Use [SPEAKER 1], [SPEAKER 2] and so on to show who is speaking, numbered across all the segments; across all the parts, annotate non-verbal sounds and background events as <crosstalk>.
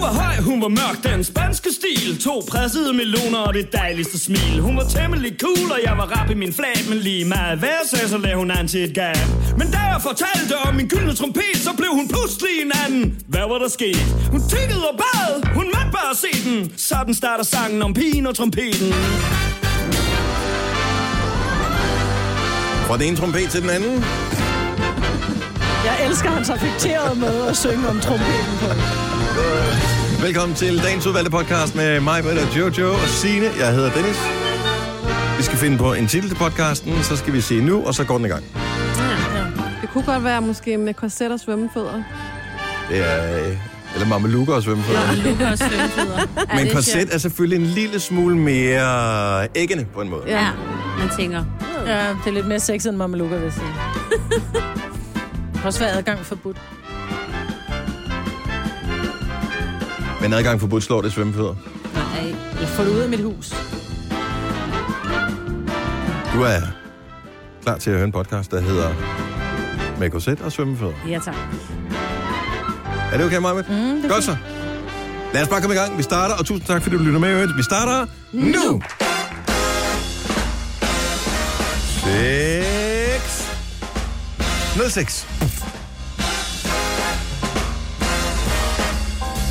[SPEAKER 1] var høj, hun var mørk, den spanske stil To pressede meloner og det dejligste smil Hun var temmelig cool, og jeg var rap i min flat Men lige meget hvad jeg sagde, så lagde hun an til et gab Men da jeg fortalte om min gyldne trompet Så blev hun pludselig en anden Hvad var der sket? Hun tykkede og bad, hun måtte bare se den Sådan starter sangen om pigen og trompeten
[SPEAKER 2] Fra den ene trompet til den anden.
[SPEAKER 3] Jeg elsker hans affekterede måde at synge om trompeten på.
[SPEAKER 2] Velkommen til dagens udvalgte podcast med mig, Britta, Jojo og Sine. Jeg hedder Dennis. Vi skal finde på en titel til podcasten, så skal vi sige nu, og så går den i gang.
[SPEAKER 4] Det kunne godt være måske med korset og svømmefødder.
[SPEAKER 2] Det er, øh, eller mamelukker og svømme for
[SPEAKER 5] Lukker og svømmefødder.
[SPEAKER 2] <laughs>
[SPEAKER 5] Ja,
[SPEAKER 2] Men
[SPEAKER 5] det er
[SPEAKER 2] korset
[SPEAKER 5] sjovt.
[SPEAKER 2] er selvfølgelig en lille smule mere æggende på en måde.
[SPEAKER 4] Ja.
[SPEAKER 5] Ja, man tænker.
[SPEAKER 3] Ja, det er lidt mere sexet end mamelukker, vil jeg <laughs> sige. Det kan Også være adgang forbudt.
[SPEAKER 2] Men adgang forbudt slår det svømmefødder.
[SPEAKER 5] Nej,
[SPEAKER 3] Jeg får det ud af mit hus.
[SPEAKER 2] Du er klar til at høre en podcast, der hedder Med korset og svømmefødder.
[SPEAKER 5] ja tak.
[SPEAKER 2] Er det okay, Marvind? Mm, Godt så. Lad os bare komme i gang. Vi starter, og tusind tak, fordi du lytter med. i øvrigt. Vi starter nu! 6. 06.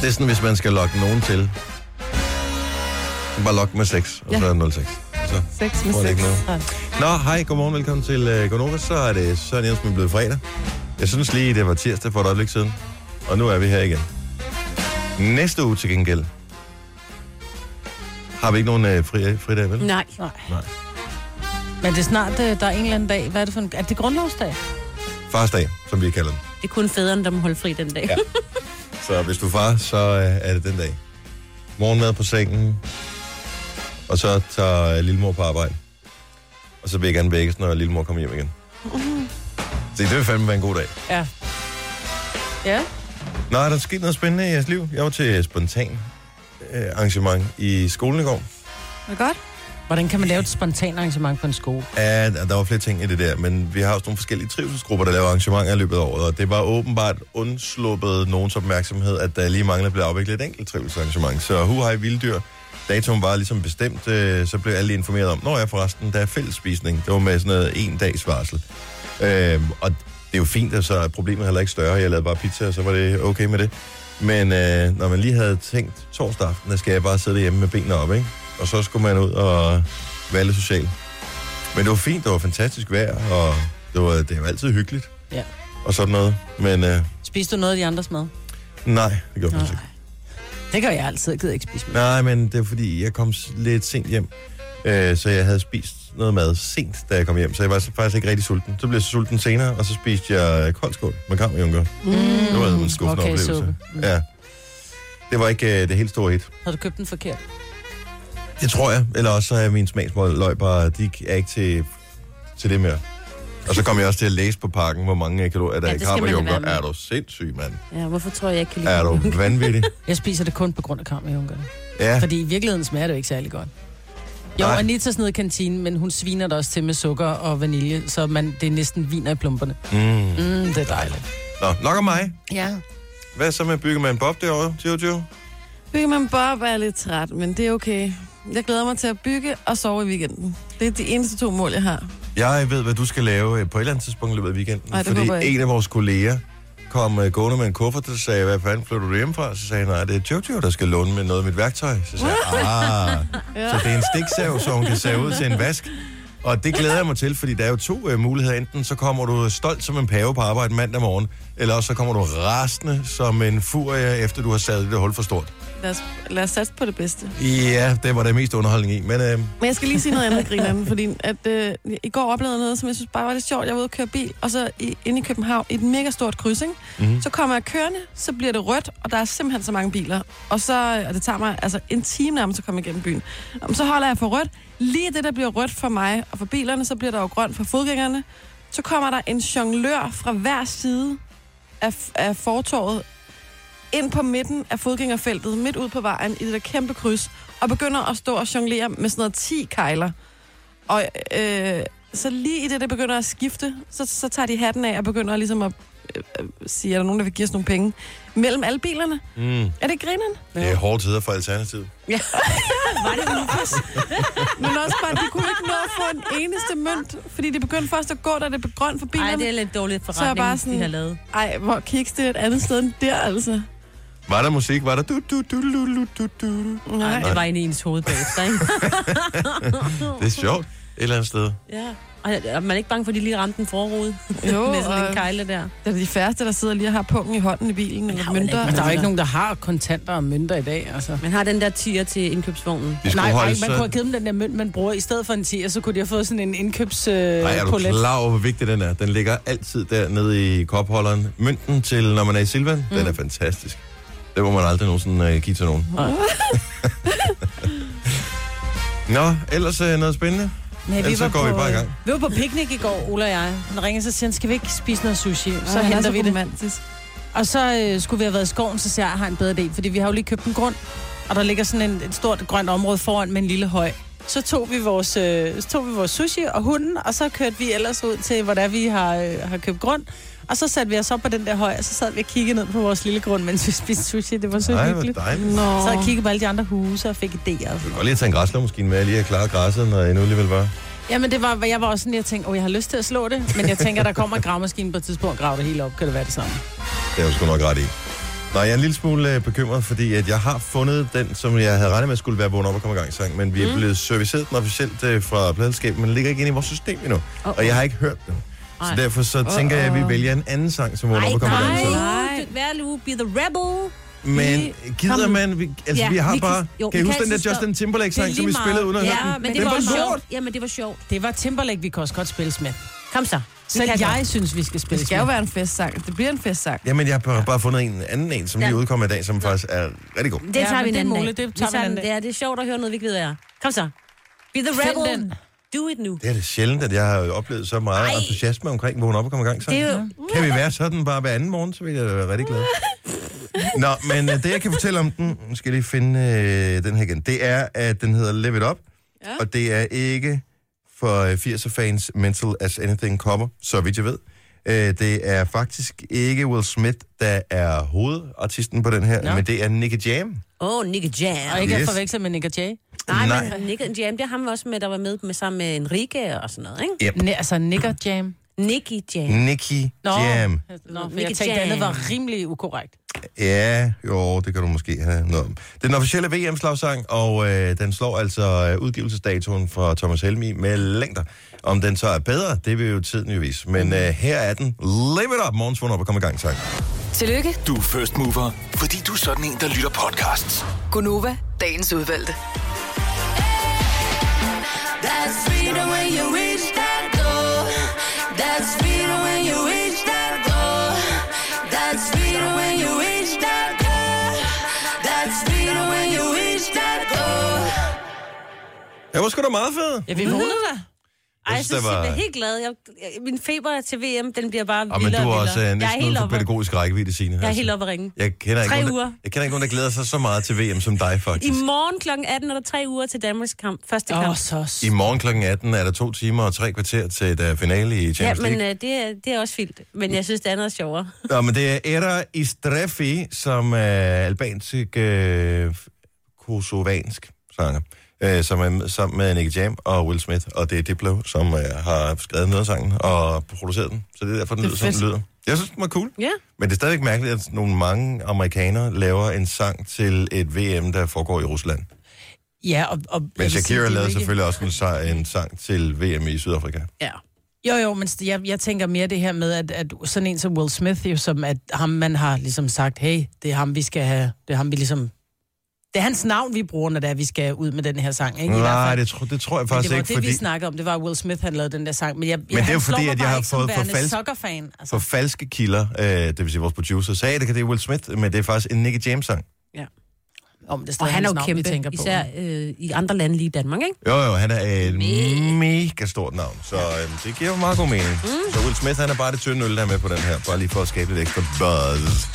[SPEAKER 2] Det er sådan, hvis man skal lokke nogen til. Så bare lok med 6, og så er det 06. Så
[SPEAKER 4] Sex med
[SPEAKER 2] tror jeg
[SPEAKER 4] sex.
[SPEAKER 2] ikke noget. Nå, hej, godmorgen, velkommen til uh, Gonova. Så er det Søren Jensen, blevet fredag. Jeg synes lige, det var tirsdag for et øjeblik siden. Og nu er vi her igen. Næste uge til gengæld. Har vi ikke nogen uh, fri, fridag, vel?
[SPEAKER 5] Nej.
[SPEAKER 2] Nej.
[SPEAKER 3] Men det er snart, øh, der er en eller anden dag. Hvad er det for en... Er det grundlovsdag?
[SPEAKER 2] Farsdag, som vi kalder den.
[SPEAKER 5] Det er kun fædrene, der må holde fri den dag.
[SPEAKER 2] Ja.
[SPEAKER 5] Ja.
[SPEAKER 2] Så hvis du er far, så øh, er det den dag. Morgenmad på sengen. Og så tager øh, lillemor på arbejde. Og så vil jeg gerne vækkes, når lillemor kommer hjem igen. Se, det vil fandme være en god dag.
[SPEAKER 3] Ja. Ja?
[SPEAKER 2] Nå, er der sket noget spændende i jeres liv? Jeg var til spontan øh, arrangement i skolen i går.
[SPEAKER 4] Er det godt?
[SPEAKER 3] Hvordan kan man lave et spontant arrangement på en skole?
[SPEAKER 2] Ja, der der var flere ting i det der, men vi har også nogle forskellige trivselsgrupper, der laver arrangementer i løbet af året, og det var åbenbart undsluppet nogens opmærksomhed, at der lige manglede blev afviklet et enkelt trivselsarrangement. Så hu hej vilddyr. Datoen var ligesom bestemt, øh, så blev alle lige informeret om, når jeg forresten, der er fællesspisning. Det var med sådan noget en dags varsel. Øh, og det er jo fint, og så er problemet heller ikke større. Jeg lavede bare pizza, og så var det okay med det. Men øh, når man lige havde tænkt torsdag aften, der skal jeg bare sidde hjemme med benene op, ikke? Og så skulle man ud og være lidt social. Men det var fint, det var fantastisk vejr, og det var, det var altid hyggeligt
[SPEAKER 3] Ja.
[SPEAKER 2] og sådan noget. Men øh,
[SPEAKER 3] Spiser du noget af de andres mad?
[SPEAKER 2] nej, det gjorde jeg faktisk ikke.
[SPEAKER 3] Det gør jeg altid. Jeg gider ikke spise mad.
[SPEAKER 2] Nej, men det er fordi, jeg kom s- lidt sent hjem, øh, så jeg havde spist noget mad sent, da jeg kom hjem, så jeg var så faktisk ikke rigtig sulten. Så blev jeg så sulten senere, og så spiste jeg øh, koldskål med kammerjunker. Mm. Det var en skuffende
[SPEAKER 3] Okay,
[SPEAKER 2] oplevelse.
[SPEAKER 3] suppe. Mm.
[SPEAKER 2] Ja. Det var ikke øh, det helt store hit.
[SPEAKER 3] Har du købt den forkert?
[SPEAKER 2] Det tror jeg. Eller også så er min smagsmål bare, de er ikke til, til det mere. Og så kom jeg også til at læse på pakken, hvor mange øh, kalorier der
[SPEAKER 5] Ja,
[SPEAKER 2] er i
[SPEAKER 5] det skal man lade
[SPEAKER 2] kammerjunker.
[SPEAKER 5] være med.
[SPEAKER 2] Er du sindssyg, mand?
[SPEAKER 5] ja, hvorfor tror jeg ikke kan lide
[SPEAKER 2] Er
[SPEAKER 5] den?
[SPEAKER 2] du
[SPEAKER 5] <laughs>
[SPEAKER 2] vanvittig?
[SPEAKER 3] Jeg spiser det kun på grund af kammerjunkerne.
[SPEAKER 2] Ja.
[SPEAKER 3] Fordi i virkeligheden smager det jo ikke særlig godt. Jo,
[SPEAKER 2] Nej.
[SPEAKER 3] Nej. Anitas nede i kantinen, men hun sviner det også til med sukker og vanilje, så man, det er næsten viner i plumperne.
[SPEAKER 2] Mm.
[SPEAKER 3] Mm, det er dejligt.
[SPEAKER 2] Nå, nok om mig.
[SPEAKER 3] Ja.
[SPEAKER 2] Hvad så med Byggemand Bob derovre, Jojo?
[SPEAKER 4] Byggemann Bob er lidt træt, men det er okay. Jeg glæder mig til at bygge og sove i weekenden. Det er de eneste to mål, jeg har.
[SPEAKER 2] Jeg ved, hvad du skal lave øh, på et eller andet tidspunkt i løbet af weekenden.
[SPEAKER 4] Ej, det
[SPEAKER 2] fordi
[SPEAKER 4] håber jeg ikke.
[SPEAKER 2] en af vores kolleger kom øh, gående med en kuffert, og så sagde jeg, hvad fanden flytter du hjemmefra? Så sagde jeg, nej, det er Jojo, der skal låne med noget af mit værktøj. Så sagde jeg, ah, så det er en stiksav, så hun kan save ud til en vask. Og det glæder jeg mig til, fordi der er jo to øh, muligheder. Enten så kommer du stolt som en pave på arbejde mandag morgen, eller også så kommer du rasende som en furie, efter du har savet det der hul for stort.
[SPEAKER 4] Lad os, lad os satse på det bedste.
[SPEAKER 2] Ja, det var der mest underholdning i, men øh,
[SPEAKER 4] Men jeg skal lige sige noget andet, grineren, <laughs> fordi at, øh, i går oplevede jeg noget, som jeg synes bare var lidt sjovt. Jeg var ude og køre bil, og så i, inde i København, i et mega stort kryds, ikke? Mm. Så kommer jeg kørende, så bliver det rødt, og der er simpelthen så mange biler. Og så, øh, og det tager mig altså en time nærmest at komme igennem byen. Jamen, så holder jeg for rødt. Lige det, der bliver rødt for mig og for bilerne, så bliver der jo grønt for fodgængerne. Så kommer der en jonglør fra hver side af, af fortorvet ind på midten af fodgængerfeltet, midt ud på vejen, i det der kæmpe kryds, og begynder at stå og jonglere med sådan noget 10 kejler. Og øh, så lige i det, det begynder at skifte, så, så tager de hatten af og begynder ligesom at øh, sige, er der nogen, der vil give os nogle penge mellem alle bilerne?
[SPEAKER 2] Mm.
[SPEAKER 4] Er det grineren?
[SPEAKER 2] Det er hårde tider for Alternativet.
[SPEAKER 4] Var det Lukas? <laughs> Men også bare, de kunne ikke nå at få en eneste mønt, fordi det begyndte først at gå, da det blev grønt for
[SPEAKER 5] Nej,
[SPEAKER 4] bilerne.
[SPEAKER 5] det er lidt dårligt
[SPEAKER 4] Så er jeg
[SPEAKER 5] forretning,
[SPEAKER 4] bare
[SPEAKER 5] de
[SPEAKER 4] sådan-
[SPEAKER 5] har lavet.
[SPEAKER 4] Ej, hvor kiks det er et andet sted end der, altså.
[SPEAKER 2] Var der musik? Var der du du du du du du du du
[SPEAKER 5] Nej,
[SPEAKER 4] Nej.
[SPEAKER 5] det var inde i ens hoved bagefter, ikke?
[SPEAKER 3] <laughs>
[SPEAKER 2] Det er sjovt. Et eller andet sted.
[SPEAKER 5] ja. Og er man ikke bange for, at de lige ramte en forrude
[SPEAKER 4] Jo,
[SPEAKER 5] <laughs> med sådan en
[SPEAKER 4] og
[SPEAKER 5] kejle der?
[SPEAKER 4] det er de færreste, der sidder lige og har pungen i hånden i bilen, eller
[SPEAKER 5] har jo
[SPEAKER 4] mønter.
[SPEAKER 5] heller
[SPEAKER 6] Men der er jo ikke
[SPEAKER 4] altså.
[SPEAKER 6] nogen, der har kontanter og mønter i dag, altså.
[SPEAKER 5] Man har den der tier til indkøbsvognen.
[SPEAKER 2] De skulle
[SPEAKER 6] Nej, nej,
[SPEAKER 2] holde
[SPEAKER 6] man kunne have
[SPEAKER 2] sig...
[SPEAKER 6] givet dem den der mønt, man bruger. I stedet for en 10, så kunne de have fået sådan en indkøbs øh,
[SPEAKER 2] Nej, er du
[SPEAKER 6] polet.
[SPEAKER 2] klar over, hvor vigtig den er? Den ligger altid dernede i kopholderen. Mønten til, når man er i Silvan, mm. den er fantastisk. Det må man aldrig nogensinde uh, give til nogen.
[SPEAKER 6] Nej.
[SPEAKER 2] <laughs> Nå, ellers uh, noget spændende.
[SPEAKER 3] Nej,
[SPEAKER 2] Ellers så går vi bare i gang.
[SPEAKER 6] Vi var på picnic i går, Ola og jeg. Han ringede sig og siger, skal vi ikke spise noget sushi? Så
[SPEAKER 4] Ej, han er
[SPEAKER 6] henter vi det.
[SPEAKER 4] romantisk.
[SPEAKER 6] Og så øh, skulle vi have været i skoven, så siger jeg, jeg har en bedre idé, fordi vi har jo lige købt en grund, og der ligger sådan en, et stort grønt område foran med en lille høj. Så tog vi vores, øh, så tog vi vores sushi og hunden, og så kørte vi ellers ud til, hvor det er, vi har, øh, har købt grund. Og så satte vi os op på den der høj, og så sad vi og kiggede ned på vores lille grund, mens vi spiste sushi. Det var så
[SPEAKER 2] Nej, hvor
[SPEAKER 6] hyggeligt.
[SPEAKER 2] dejligt.
[SPEAKER 4] Nå.
[SPEAKER 6] Så jeg kiggede på alle de andre huse og fik idéer.
[SPEAKER 2] Du kan godt lige tage en græslåmaskine med, og lige have klaret græsset, når jeg nu alligevel var.
[SPEAKER 6] Jamen, det var, jeg var også sådan, jeg tænkte, åh, jeg har lyst til at slå det, men jeg tænker, der kommer en gravmaskine på et tidspunkt og graver det hele op. Kan det være det samme?
[SPEAKER 2] Det er jo sgu nok ret i. Nej, jeg er en lille smule øh, bekymret, fordi at jeg har fundet den, som jeg havde regnet med skulle være vågen op og komme i gang sang, men vi
[SPEAKER 5] Mm.
[SPEAKER 2] er blevet serviceret den officielt øh, fra pladselskabet, men den ligger ikke inde i vores system endnu, og jeg har ikke hørt den. Så
[SPEAKER 5] Ej.
[SPEAKER 2] derfor så tænker jeg, at vi vælger en anden sang, som vågen op og kommer i gang sang.
[SPEAKER 5] nej. Hver uge, be the rebel.
[SPEAKER 2] Men gider
[SPEAKER 5] Kom.
[SPEAKER 2] man... Vi, altså,
[SPEAKER 5] Ja,
[SPEAKER 2] vi har
[SPEAKER 5] vi kan-
[SPEAKER 2] bare... Kan,
[SPEAKER 5] jo,
[SPEAKER 2] kan I
[SPEAKER 5] vi
[SPEAKER 2] huske
[SPEAKER 5] kan
[SPEAKER 2] den der
[SPEAKER 5] altid
[SPEAKER 2] Justin Timberlake-sang,
[SPEAKER 6] Det er
[SPEAKER 2] som vi
[SPEAKER 6] lige
[SPEAKER 2] spillede uden
[SPEAKER 6] meget.
[SPEAKER 2] at
[SPEAKER 5] Ja,
[SPEAKER 2] høre den?
[SPEAKER 5] men det
[SPEAKER 2] Den
[SPEAKER 5] var,
[SPEAKER 2] var
[SPEAKER 5] var
[SPEAKER 2] lort.
[SPEAKER 5] sjovt. Jamen, det var sjovt.
[SPEAKER 6] Det var Timberlake, vi kan også godt spilles med.
[SPEAKER 5] Kom så.
[SPEAKER 6] Så jeg synes, vi skal spille
[SPEAKER 4] Det skal jo være en festsang. Det bliver en festsang.
[SPEAKER 2] Jamen, jeg har bare, bare fundet en anden en, som lige
[SPEAKER 5] Ja.
[SPEAKER 2] udkommer i dag, som faktisk er rigtig god.
[SPEAKER 5] Det
[SPEAKER 6] Ja,
[SPEAKER 5] tager
[SPEAKER 6] men
[SPEAKER 5] vi en
[SPEAKER 6] det er
[SPEAKER 5] anden dag.
[SPEAKER 6] muligt. Det tager vi en anden
[SPEAKER 5] den. Ja, det er sjovt at høre noget, vi ikke ved, hvad er. Kom så. Be the
[SPEAKER 6] Find
[SPEAKER 5] rebel.
[SPEAKER 6] den.
[SPEAKER 5] Do it nu.
[SPEAKER 2] Det er det sjældent, at jeg har oplevet så meget Ej. entusiasme omkring vågen op og komme i gang sang.
[SPEAKER 5] Det er jo...
[SPEAKER 2] Kan vi være sådan bare hver anden morgen, så vil jeg da være rigtig glad. Nå, men øh, det jeg kan fortælle om den, nu skal jeg lige finde øh, den her igen, det er, at den hedder Live It Up, ja. og det er ikke for øh, 80'er fans Mental As Anything Cover, så vidt jeg ved. Øh, det er faktisk ikke Will Smith, der er hovedartisten på den her, ja. men det er Nicky Jam.
[SPEAKER 5] Åh, oh, Nick
[SPEAKER 6] Og
[SPEAKER 5] Jam.
[SPEAKER 6] ikke yes.
[SPEAKER 2] Yes.
[SPEAKER 6] at forveksle med Nick og Jay.
[SPEAKER 5] Nej,
[SPEAKER 2] Nej.
[SPEAKER 5] men Nick Jam, det er ham også med, der var med, med sammen med Enrique og sådan noget, ikke?
[SPEAKER 6] Ne, altså Nick og Jam.
[SPEAKER 5] Nicky
[SPEAKER 2] Mm.
[SPEAKER 5] Jam.
[SPEAKER 2] Nicky Jam.
[SPEAKER 6] Nå, for
[SPEAKER 5] Nick
[SPEAKER 6] jeg
[SPEAKER 5] og
[SPEAKER 6] tænkte,
[SPEAKER 5] Jam.
[SPEAKER 6] det andet var rimelig ukorrekt.
[SPEAKER 2] Ja, jo, det kan du måske have noget om. Det er den officielle VM-slagsang, og øh, den slår altså øh, udgivelsesdatoen fra Thomas Helmi med længder. Om den så er bedre, det vil jo tiden jo vise. Men øh, her er den. Live it up, morgens vågn op og kom i gang, sang.
[SPEAKER 7] Tillykke,
[SPEAKER 8] Du er first mover, fordi du er sådan en, der lytter podcasts.
[SPEAKER 7] Gunova, dagens udvalgte.
[SPEAKER 9] That's freedom when you reach that goal. That's freedom when you reach that goal. That's freedom when you reach that goal. That's freedom when you reach that goal.
[SPEAKER 2] Jeg var sgu da meget fed.
[SPEAKER 6] Ja, vi vågnede da.
[SPEAKER 5] Ej,
[SPEAKER 2] Jeg
[SPEAKER 5] jeg
[SPEAKER 2] synes, det
[SPEAKER 5] synes,
[SPEAKER 2] var-
[SPEAKER 5] jeg er helt glad. Jeg, jeg- min feber til VM, den bliver bare
[SPEAKER 2] Og men du
[SPEAKER 5] vildere
[SPEAKER 2] er
[SPEAKER 5] og
[SPEAKER 2] også øh,
[SPEAKER 5] vildere. Jeg er
[SPEAKER 2] næsten
[SPEAKER 5] helt
[SPEAKER 2] ude for
[SPEAKER 5] oppe at-
[SPEAKER 2] pædagogisk rækkevidde, Signe.
[SPEAKER 5] jeg er helt oppe at ringe.
[SPEAKER 2] Jeg kender, ikke
[SPEAKER 5] Tre
[SPEAKER 2] nogen, der,
[SPEAKER 5] uger.
[SPEAKER 2] jeg kender ikke nogen, der glæder sig så meget til VM som dig,
[SPEAKER 5] I
[SPEAKER 2] faktisk.
[SPEAKER 5] morgen kl. 18 er der tre uger til Danmarks kamp. Første
[SPEAKER 6] Åh,
[SPEAKER 5] kamp.
[SPEAKER 6] oh, så
[SPEAKER 2] I morgen kl. 18 er der to timer og tre kvarter til der finale i
[SPEAKER 5] Ja,
[SPEAKER 2] Champions League.
[SPEAKER 5] men øh, det, er, det er også fint. Men jeg synes, det andet er sjovere.
[SPEAKER 2] Nå, men det er Era Istrefi, som er albansk øh, kosovansk sanger, øh, som er med- sammen med Nicky Jam og Will Smith, og det er Diplo, som øh, har skrevet noget af sangen og produceret den, så det er derfor, den lyder, som den lyder. Jeg synes, den var cool.
[SPEAKER 5] Ja.
[SPEAKER 2] Men det er stadigvæk mærkeligt, at nogle mange amerikanere laver en sang til et VM, der foregår i Rusland.
[SPEAKER 6] Ja, og, og jeg
[SPEAKER 2] Men
[SPEAKER 6] vil sige, det
[SPEAKER 2] Shakira
[SPEAKER 6] er jo
[SPEAKER 2] lavede
[SPEAKER 6] ikke-
[SPEAKER 2] selvfølgelig også en, sang- en sang til VM i Sydafrika.
[SPEAKER 5] Ja.
[SPEAKER 6] Jo, jo, men st- jeg, jeg tænker mere det her med, at, at sådan en som Will Smith, jo, som at ham, man har ligesom sagt, hey, det er ham, vi skal have, det er ham, vi ligesom... Det er hans navn, vi bruger, når det er, vi skal ud med den her sang, ikke? I hvert
[SPEAKER 2] Nej,
[SPEAKER 6] fald.
[SPEAKER 2] det, tro, det tror jeg
[SPEAKER 6] Men
[SPEAKER 2] faktisk
[SPEAKER 6] det var
[SPEAKER 2] ikke,
[SPEAKER 6] det,
[SPEAKER 2] fordi...
[SPEAKER 6] vi snakkede om. Det var, at Will Smith, han lavede den der sang. Men, jeg, men
[SPEAKER 2] det er jo
[SPEAKER 6] han
[SPEAKER 2] fordi,
[SPEAKER 6] slår mig
[SPEAKER 2] at jeg
[SPEAKER 6] bare
[SPEAKER 2] har
[SPEAKER 6] ikke som
[SPEAKER 2] fået for
[SPEAKER 6] værende
[SPEAKER 2] falsk-
[SPEAKER 6] soccerfan.
[SPEAKER 2] for
[SPEAKER 6] Altså.
[SPEAKER 2] falske kilder, øh, det vil sige vores producer, sagde, at det kan det er Will Smith, men det er faktisk en Nicky Jam-sang.
[SPEAKER 6] Om det er
[SPEAKER 5] Og
[SPEAKER 6] stadig
[SPEAKER 5] han er
[SPEAKER 6] hans
[SPEAKER 5] jo
[SPEAKER 6] navn, vi tænker på.
[SPEAKER 5] kæmpe, især øh, i andre lande lige i Danmark, ikke?
[SPEAKER 2] Jo, jo, han er et mega stort navn, så øh, det giver jo meget god mening. Mm. Så Will Smith, han er bare det tynde øl, der er med på den her, bare lige for at skabe lidt ekstra buzz.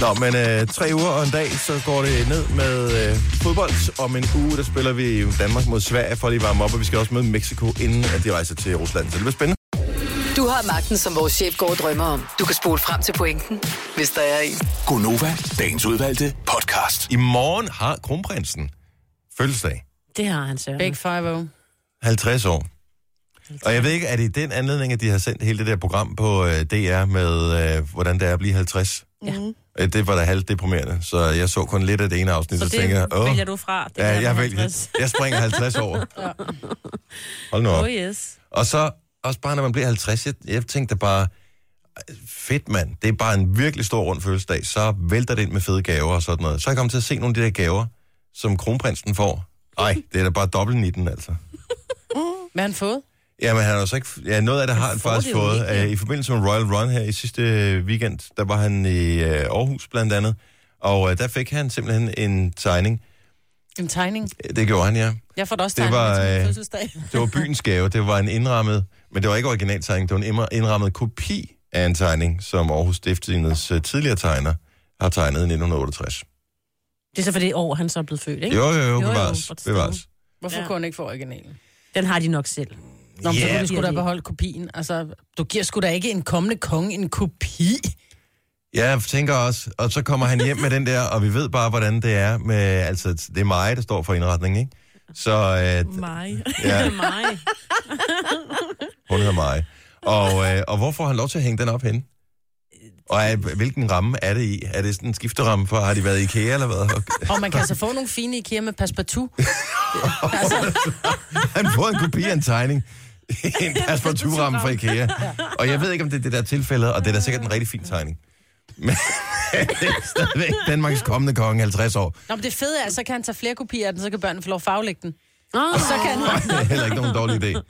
[SPEAKER 2] Nå, men øh, tre uger og en dag, så går det ned med øh, fodbold. Om en uge, der spiller vi Danmark mod Sverige for at lige varme op, og vi skal også møde Mexico, inden at de rejser til Rusland. Så det bliver spændende.
[SPEAKER 7] Du har magten, som vores chef går og drømmer om. Du kan spole frem til pointen, hvis der er en.
[SPEAKER 8] Gonova, dagens udvalgte podcast.
[SPEAKER 2] I morgen har kronprinsen fødselsdag.
[SPEAKER 5] Det har han så.
[SPEAKER 6] Big Five -o.
[SPEAKER 2] 50 år. Og jeg ved ikke, er det i den anledning, at de har sendt hele det der program på øh, DR med, øh, hvordan det er at blive 50?
[SPEAKER 5] Ja.
[SPEAKER 2] Øh, Det var da halvt deprimerende, så jeg så kun lidt af det ene afsnit, og
[SPEAKER 5] Så
[SPEAKER 2] så tænker jeg,
[SPEAKER 5] det
[SPEAKER 2] åh,
[SPEAKER 5] vælger du fra. Det
[SPEAKER 2] ja,
[SPEAKER 5] her
[SPEAKER 2] jeg,
[SPEAKER 5] med
[SPEAKER 2] vælger,
[SPEAKER 5] 50.
[SPEAKER 2] jeg springer 50
[SPEAKER 5] <laughs>
[SPEAKER 2] år. Hold nu op.
[SPEAKER 5] Oh yes.
[SPEAKER 2] Og så også bare, når man bliver 50, jeg, jeg tænkte da bare, fedt mand, det er bare en virkelig stor rund fødselsdag, så vælter det ind med fede gaver og sådan noget. Så er jeg kommet til at se nogle af de der gaver, som kronprinsen får. Ej, det er da bare dobbelt 19, altså.
[SPEAKER 6] Hvad har han fået?
[SPEAKER 2] Jamen, han har så ikke... Ja, noget af det har han
[SPEAKER 5] får
[SPEAKER 2] faktisk
[SPEAKER 5] det jo
[SPEAKER 2] fået.
[SPEAKER 5] ikke, ja.
[SPEAKER 2] Øh, I forbindelse med Royal Run her i sidste øh, weekend, der var han i øh, Aarhus blandt andet, og øh, der fik han simpelthen en tegning.
[SPEAKER 6] En tegning.
[SPEAKER 2] Øh, Det gjorde han, ja.
[SPEAKER 6] Jeg får da også
[SPEAKER 2] Det
[SPEAKER 6] tegninger
[SPEAKER 2] var,
[SPEAKER 6] til min
[SPEAKER 2] øh,
[SPEAKER 6] fødselsdag.
[SPEAKER 2] Det var byens gave, det var en indrammet, men det var ikke originaltegning, det var en immer- indrammet kopi af en tegning, som Aarhus Stiftstidens øh, tidligere tegner har tegnet i 1968.
[SPEAKER 5] Det er så for det år, han så er blevet født, ikke?
[SPEAKER 2] Jo, jo, jo,
[SPEAKER 5] jo,
[SPEAKER 2] bevares,
[SPEAKER 5] forstå.
[SPEAKER 2] bevares.
[SPEAKER 6] Hvorfor
[SPEAKER 5] Ja.
[SPEAKER 6] kunne han ikke få originalen?
[SPEAKER 5] Den har de nok selv.
[SPEAKER 6] Nå, men så
[SPEAKER 2] Ja.
[SPEAKER 6] kunne du sgu
[SPEAKER 5] Giver
[SPEAKER 6] da
[SPEAKER 5] de.
[SPEAKER 6] beholde kopien. Altså, du giver sgu da ikke en kommende konge en kopi.
[SPEAKER 2] Ja, jeg tænker også, og så kommer han hjem med den der, og vi ved bare, hvordan det er med, altså, det er mig, der står for indretningen, ikke? Så øh,
[SPEAKER 4] Mig.
[SPEAKER 2] ja,
[SPEAKER 5] <laughs> Mig.
[SPEAKER 2] hun hedder mig. Og, øh, og hvor får han lov til at hænge den op henne? Og er, hvilken ramme er det i? Er det sådan en skifteramme for, har de været i IKEA eller hvad? Okay. <laughs>
[SPEAKER 6] Og man kan altså få nogle fine IKEA med passepartout.
[SPEAKER 2] Han får en kopi af en tegning. <laughs> en passepartout-ramme fra IKEA. Og jeg ved ikke, om det er det der tilfælde, og det er da sikkert en rigtig fin tegning. <laughs> Men det er stadigvæk Danmarks kommende konge 50 år.
[SPEAKER 6] Nå, men det fede er, at så kan han tage flere kopier af den, så kan børnene få lov at farvelægge den.
[SPEAKER 5] Oh, så kan han.
[SPEAKER 2] Det er heller ikke nogen dårlig idé.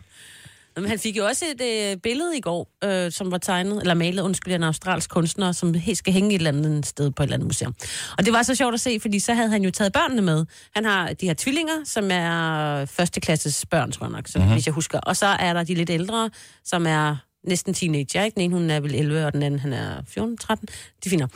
[SPEAKER 5] Men han fik jo også et øh, billede i går, øh, som var tegnet, eller malet, undskyld, af en australsk kunstner, som he- skal hænge et eller andet sted på et eller andet museum. Og det var så sjovt at se, fordi så havde han jo taget børnene med. Han har de her tvillinger, som er førsteklasses børn, tror jeg nok,
[SPEAKER 2] Mhm.
[SPEAKER 5] så, mm-hmm. hvis jeg husker. Og så er der de lidt ældre, som er næsten teenager, ikke? Den ene, hun er vel 11, og den anden, han er 14, 13. De finder.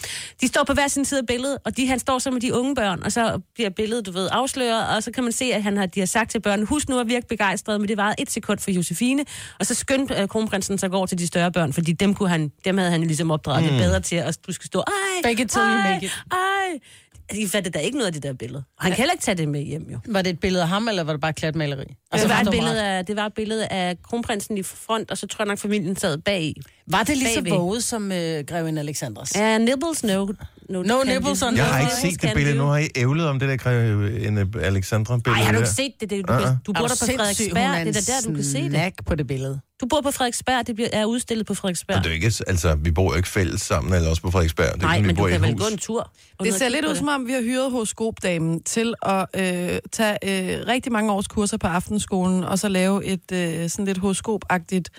[SPEAKER 5] De står på hver sin side af billedet, og de, han står så med de unge børn, og så bliver billedet, du ved, afsløret, og så kan man se, at han har, de har sagt til børnene, husk nu at virke begejstret, men det varede et sekund for Josefine, og så skyndte øh, kronprinsen så går til de større børn, fordi dem, kunne han, dem havde han jo ligesom opdraget mm. det bedre til, og du skal stå, ej,
[SPEAKER 6] Fake it till you
[SPEAKER 5] ej,
[SPEAKER 6] make it."
[SPEAKER 5] ej. De fattede da ikke noget af det der billede. Og han kan heller ikke tage det med hjem, jo.
[SPEAKER 6] Var det et billede af ham, eller var det bare klatmaleri?
[SPEAKER 5] Altså, det, var
[SPEAKER 6] ham, der
[SPEAKER 5] et billede af, det var et billede af kronprinsen i front, og så tror jeg nok, familien sad bag.
[SPEAKER 6] Var det lige så
[SPEAKER 5] bagved.
[SPEAKER 6] våget som øh, Greven Alexandras?
[SPEAKER 5] Ja, nibbles, no. No,
[SPEAKER 6] No nipples on
[SPEAKER 2] Jeg har ikke set det billede. Nu har I ævlet om det der Greve- en øh, Alexandra-billede.
[SPEAKER 5] Nej, har du
[SPEAKER 2] der.
[SPEAKER 5] ikke set det? det du,
[SPEAKER 2] Uh-uh.
[SPEAKER 5] kan, du bor
[SPEAKER 6] Er
[SPEAKER 5] der på
[SPEAKER 6] sindssyg? Hun
[SPEAKER 5] Frederiksberg.
[SPEAKER 6] en
[SPEAKER 5] Det er da der, du kan se det.
[SPEAKER 6] snack på det billede.
[SPEAKER 5] Du bor på Frederiksberg. Det bliver, er udstillet på Frederiksberg.
[SPEAKER 2] Men det er jo ikke, altså, vi bor jo ikke fælles sammen, eller også på Frederiksberg. Det er ikke
[SPEAKER 5] Nej,
[SPEAKER 2] sådan, vi
[SPEAKER 5] men du
[SPEAKER 2] bor i
[SPEAKER 5] kan
[SPEAKER 2] et
[SPEAKER 5] vel
[SPEAKER 2] hus.
[SPEAKER 5] gå en tur. og ned
[SPEAKER 4] Det
[SPEAKER 5] og
[SPEAKER 4] ser
[SPEAKER 5] kigge
[SPEAKER 4] lidt
[SPEAKER 5] på
[SPEAKER 4] ud
[SPEAKER 5] det.
[SPEAKER 4] som om, vi har hyret hos Skobdamen til at øh, tage øh, rigtig mange års kurser på aftenskolen, og så lave et øh, sådan lidt horoskopagtigt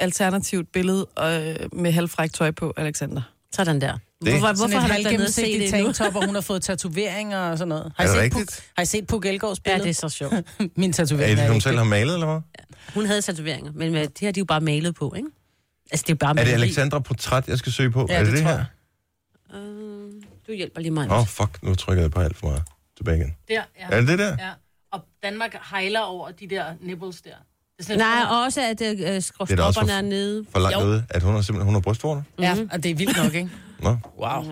[SPEAKER 4] alternativt billede øh, med halvfrækt tøj på, Alexander.
[SPEAKER 5] Sådan der.
[SPEAKER 2] Det-
[SPEAKER 5] Hvorfor, hvorfor har du ikke været nede og se det endnu?
[SPEAKER 6] tanktop, og <laughs> hun har fået tatoveringer og sådan noget. Har
[SPEAKER 2] Er
[SPEAKER 6] I
[SPEAKER 2] det
[SPEAKER 6] set,
[SPEAKER 2] rigtigt?
[SPEAKER 6] Puk, har I set Puk Elgårds
[SPEAKER 5] Ja,
[SPEAKER 6] billede?
[SPEAKER 5] det er så sjovt.
[SPEAKER 6] <laughs> Min
[SPEAKER 2] Er
[SPEAKER 6] tatovering
[SPEAKER 2] det,
[SPEAKER 6] er,
[SPEAKER 2] hun
[SPEAKER 6] ikke
[SPEAKER 2] selv har malet, eller hvad?
[SPEAKER 5] Hun havde tatoveringer, men øh, det har de jo bare malet på, ikke? Altså, det er jo bare
[SPEAKER 2] Er det
[SPEAKER 5] maleri.
[SPEAKER 2] Alexandra Portræt, jeg skal søge på?
[SPEAKER 6] Ja,
[SPEAKER 2] er det
[SPEAKER 6] det
[SPEAKER 2] det
[SPEAKER 6] tror
[SPEAKER 2] her?
[SPEAKER 6] jeg.
[SPEAKER 5] Øh, Du hjælper lige mig.
[SPEAKER 2] Åh, oh, fuck, nu trykkede jeg på alt for meget. Tilbage igen.
[SPEAKER 10] Der, ja.
[SPEAKER 2] Er det det der?
[SPEAKER 10] ja. Og Danmark hejler over de der nipples der. Det er sådan,
[SPEAKER 5] Nej, og også at øh,
[SPEAKER 2] da også
[SPEAKER 5] skråstopperne
[SPEAKER 2] for-
[SPEAKER 5] er nede.
[SPEAKER 2] For langt
[SPEAKER 6] Jo.
[SPEAKER 2] ude, at hun har simpelthen hun har brystvorter?
[SPEAKER 6] Ja, og det er vildt nok, ikke?
[SPEAKER 2] Nå.
[SPEAKER 6] Wow.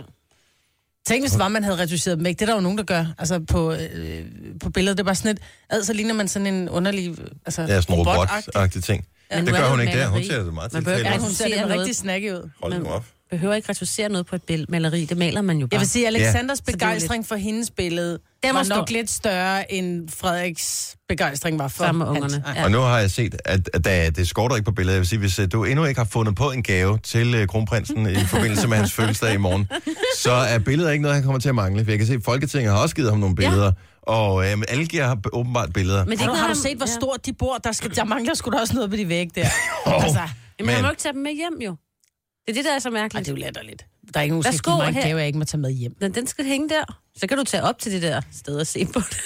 [SPEAKER 6] Tænk, hvis det var, man havde reduceret dem væk. Det er der jo nogen, der gør. Altså på, øh, på billedet, det er bare sådan et... Ad, så ligner man sådan en underlig... Altså,
[SPEAKER 2] Ja, sådan en robot
[SPEAKER 6] robotagtig.
[SPEAKER 2] ting.
[SPEAKER 5] Men
[SPEAKER 2] det
[SPEAKER 5] nu er
[SPEAKER 2] gør
[SPEAKER 5] det
[SPEAKER 2] hun
[SPEAKER 5] jo
[SPEAKER 2] ikke der. Hun
[SPEAKER 5] maleri.
[SPEAKER 2] ser det meget
[SPEAKER 5] Man behøver
[SPEAKER 2] tiltalende.
[SPEAKER 6] Ja,
[SPEAKER 5] ikke
[SPEAKER 2] ud.
[SPEAKER 6] hun ser
[SPEAKER 5] Reducere
[SPEAKER 6] nemlig
[SPEAKER 5] noget.
[SPEAKER 6] rigtig snakke ud.
[SPEAKER 2] Hold nu op.
[SPEAKER 5] Behøver ikke reducere noget på et bill- maleri. Det maler man jo bare.
[SPEAKER 6] Jeg vil sige, at
[SPEAKER 2] Ah. Ja.
[SPEAKER 6] Alexanders
[SPEAKER 5] det er jo lidt-
[SPEAKER 6] begejstring for hendes billede
[SPEAKER 5] Den
[SPEAKER 6] den
[SPEAKER 5] var
[SPEAKER 6] var, var nok
[SPEAKER 5] stor.
[SPEAKER 6] lidt større, end Frederiks begejstring var for
[SPEAKER 5] Sammen med
[SPEAKER 6] hans.
[SPEAKER 5] ungerne.
[SPEAKER 6] Ej.
[SPEAKER 5] Ja.
[SPEAKER 2] Og nu har jeg set, at, at der, det skorter ikke på billedet. Jeg vil sige, hvis øh, du endnu ikke har fundet på en gave til øh, kronprinsen i forbindelse med hans fødselsdag i morgen, så er billeder ikke noget, han kommer til at mangle. For jeg kan se, at Folketinget har også givet ham nogle billeder. Og øh, alle giver ham åbenbart billeder.
[SPEAKER 5] Men det er
[SPEAKER 6] Har du,
[SPEAKER 5] ikke
[SPEAKER 6] har du
[SPEAKER 5] noget,
[SPEAKER 6] set, hvor
[SPEAKER 5] ja.
[SPEAKER 6] stort de bor? Der, skal, der mangler sgu da også noget på de vægge
[SPEAKER 2] <laughs>
[SPEAKER 6] der.
[SPEAKER 2] Åh,
[SPEAKER 6] altså,
[SPEAKER 5] Jamen, man
[SPEAKER 2] men-
[SPEAKER 5] må ikke tage dem med hjem, jo. Det er det, der er så
[SPEAKER 6] Ej,
[SPEAKER 5] mærkeligt.
[SPEAKER 6] det er jo latterligt. Der er ikke nogen
[SPEAKER 5] Værsgo
[SPEAKER 6] skidt, mange
[SPEAKER 5] her.
[SPEAKER 6] gaver, jeg ikke må tage med hjem.
[SPEAKER 5] Men den skal hænge der. Så kan du tage op til det der sted og se på det.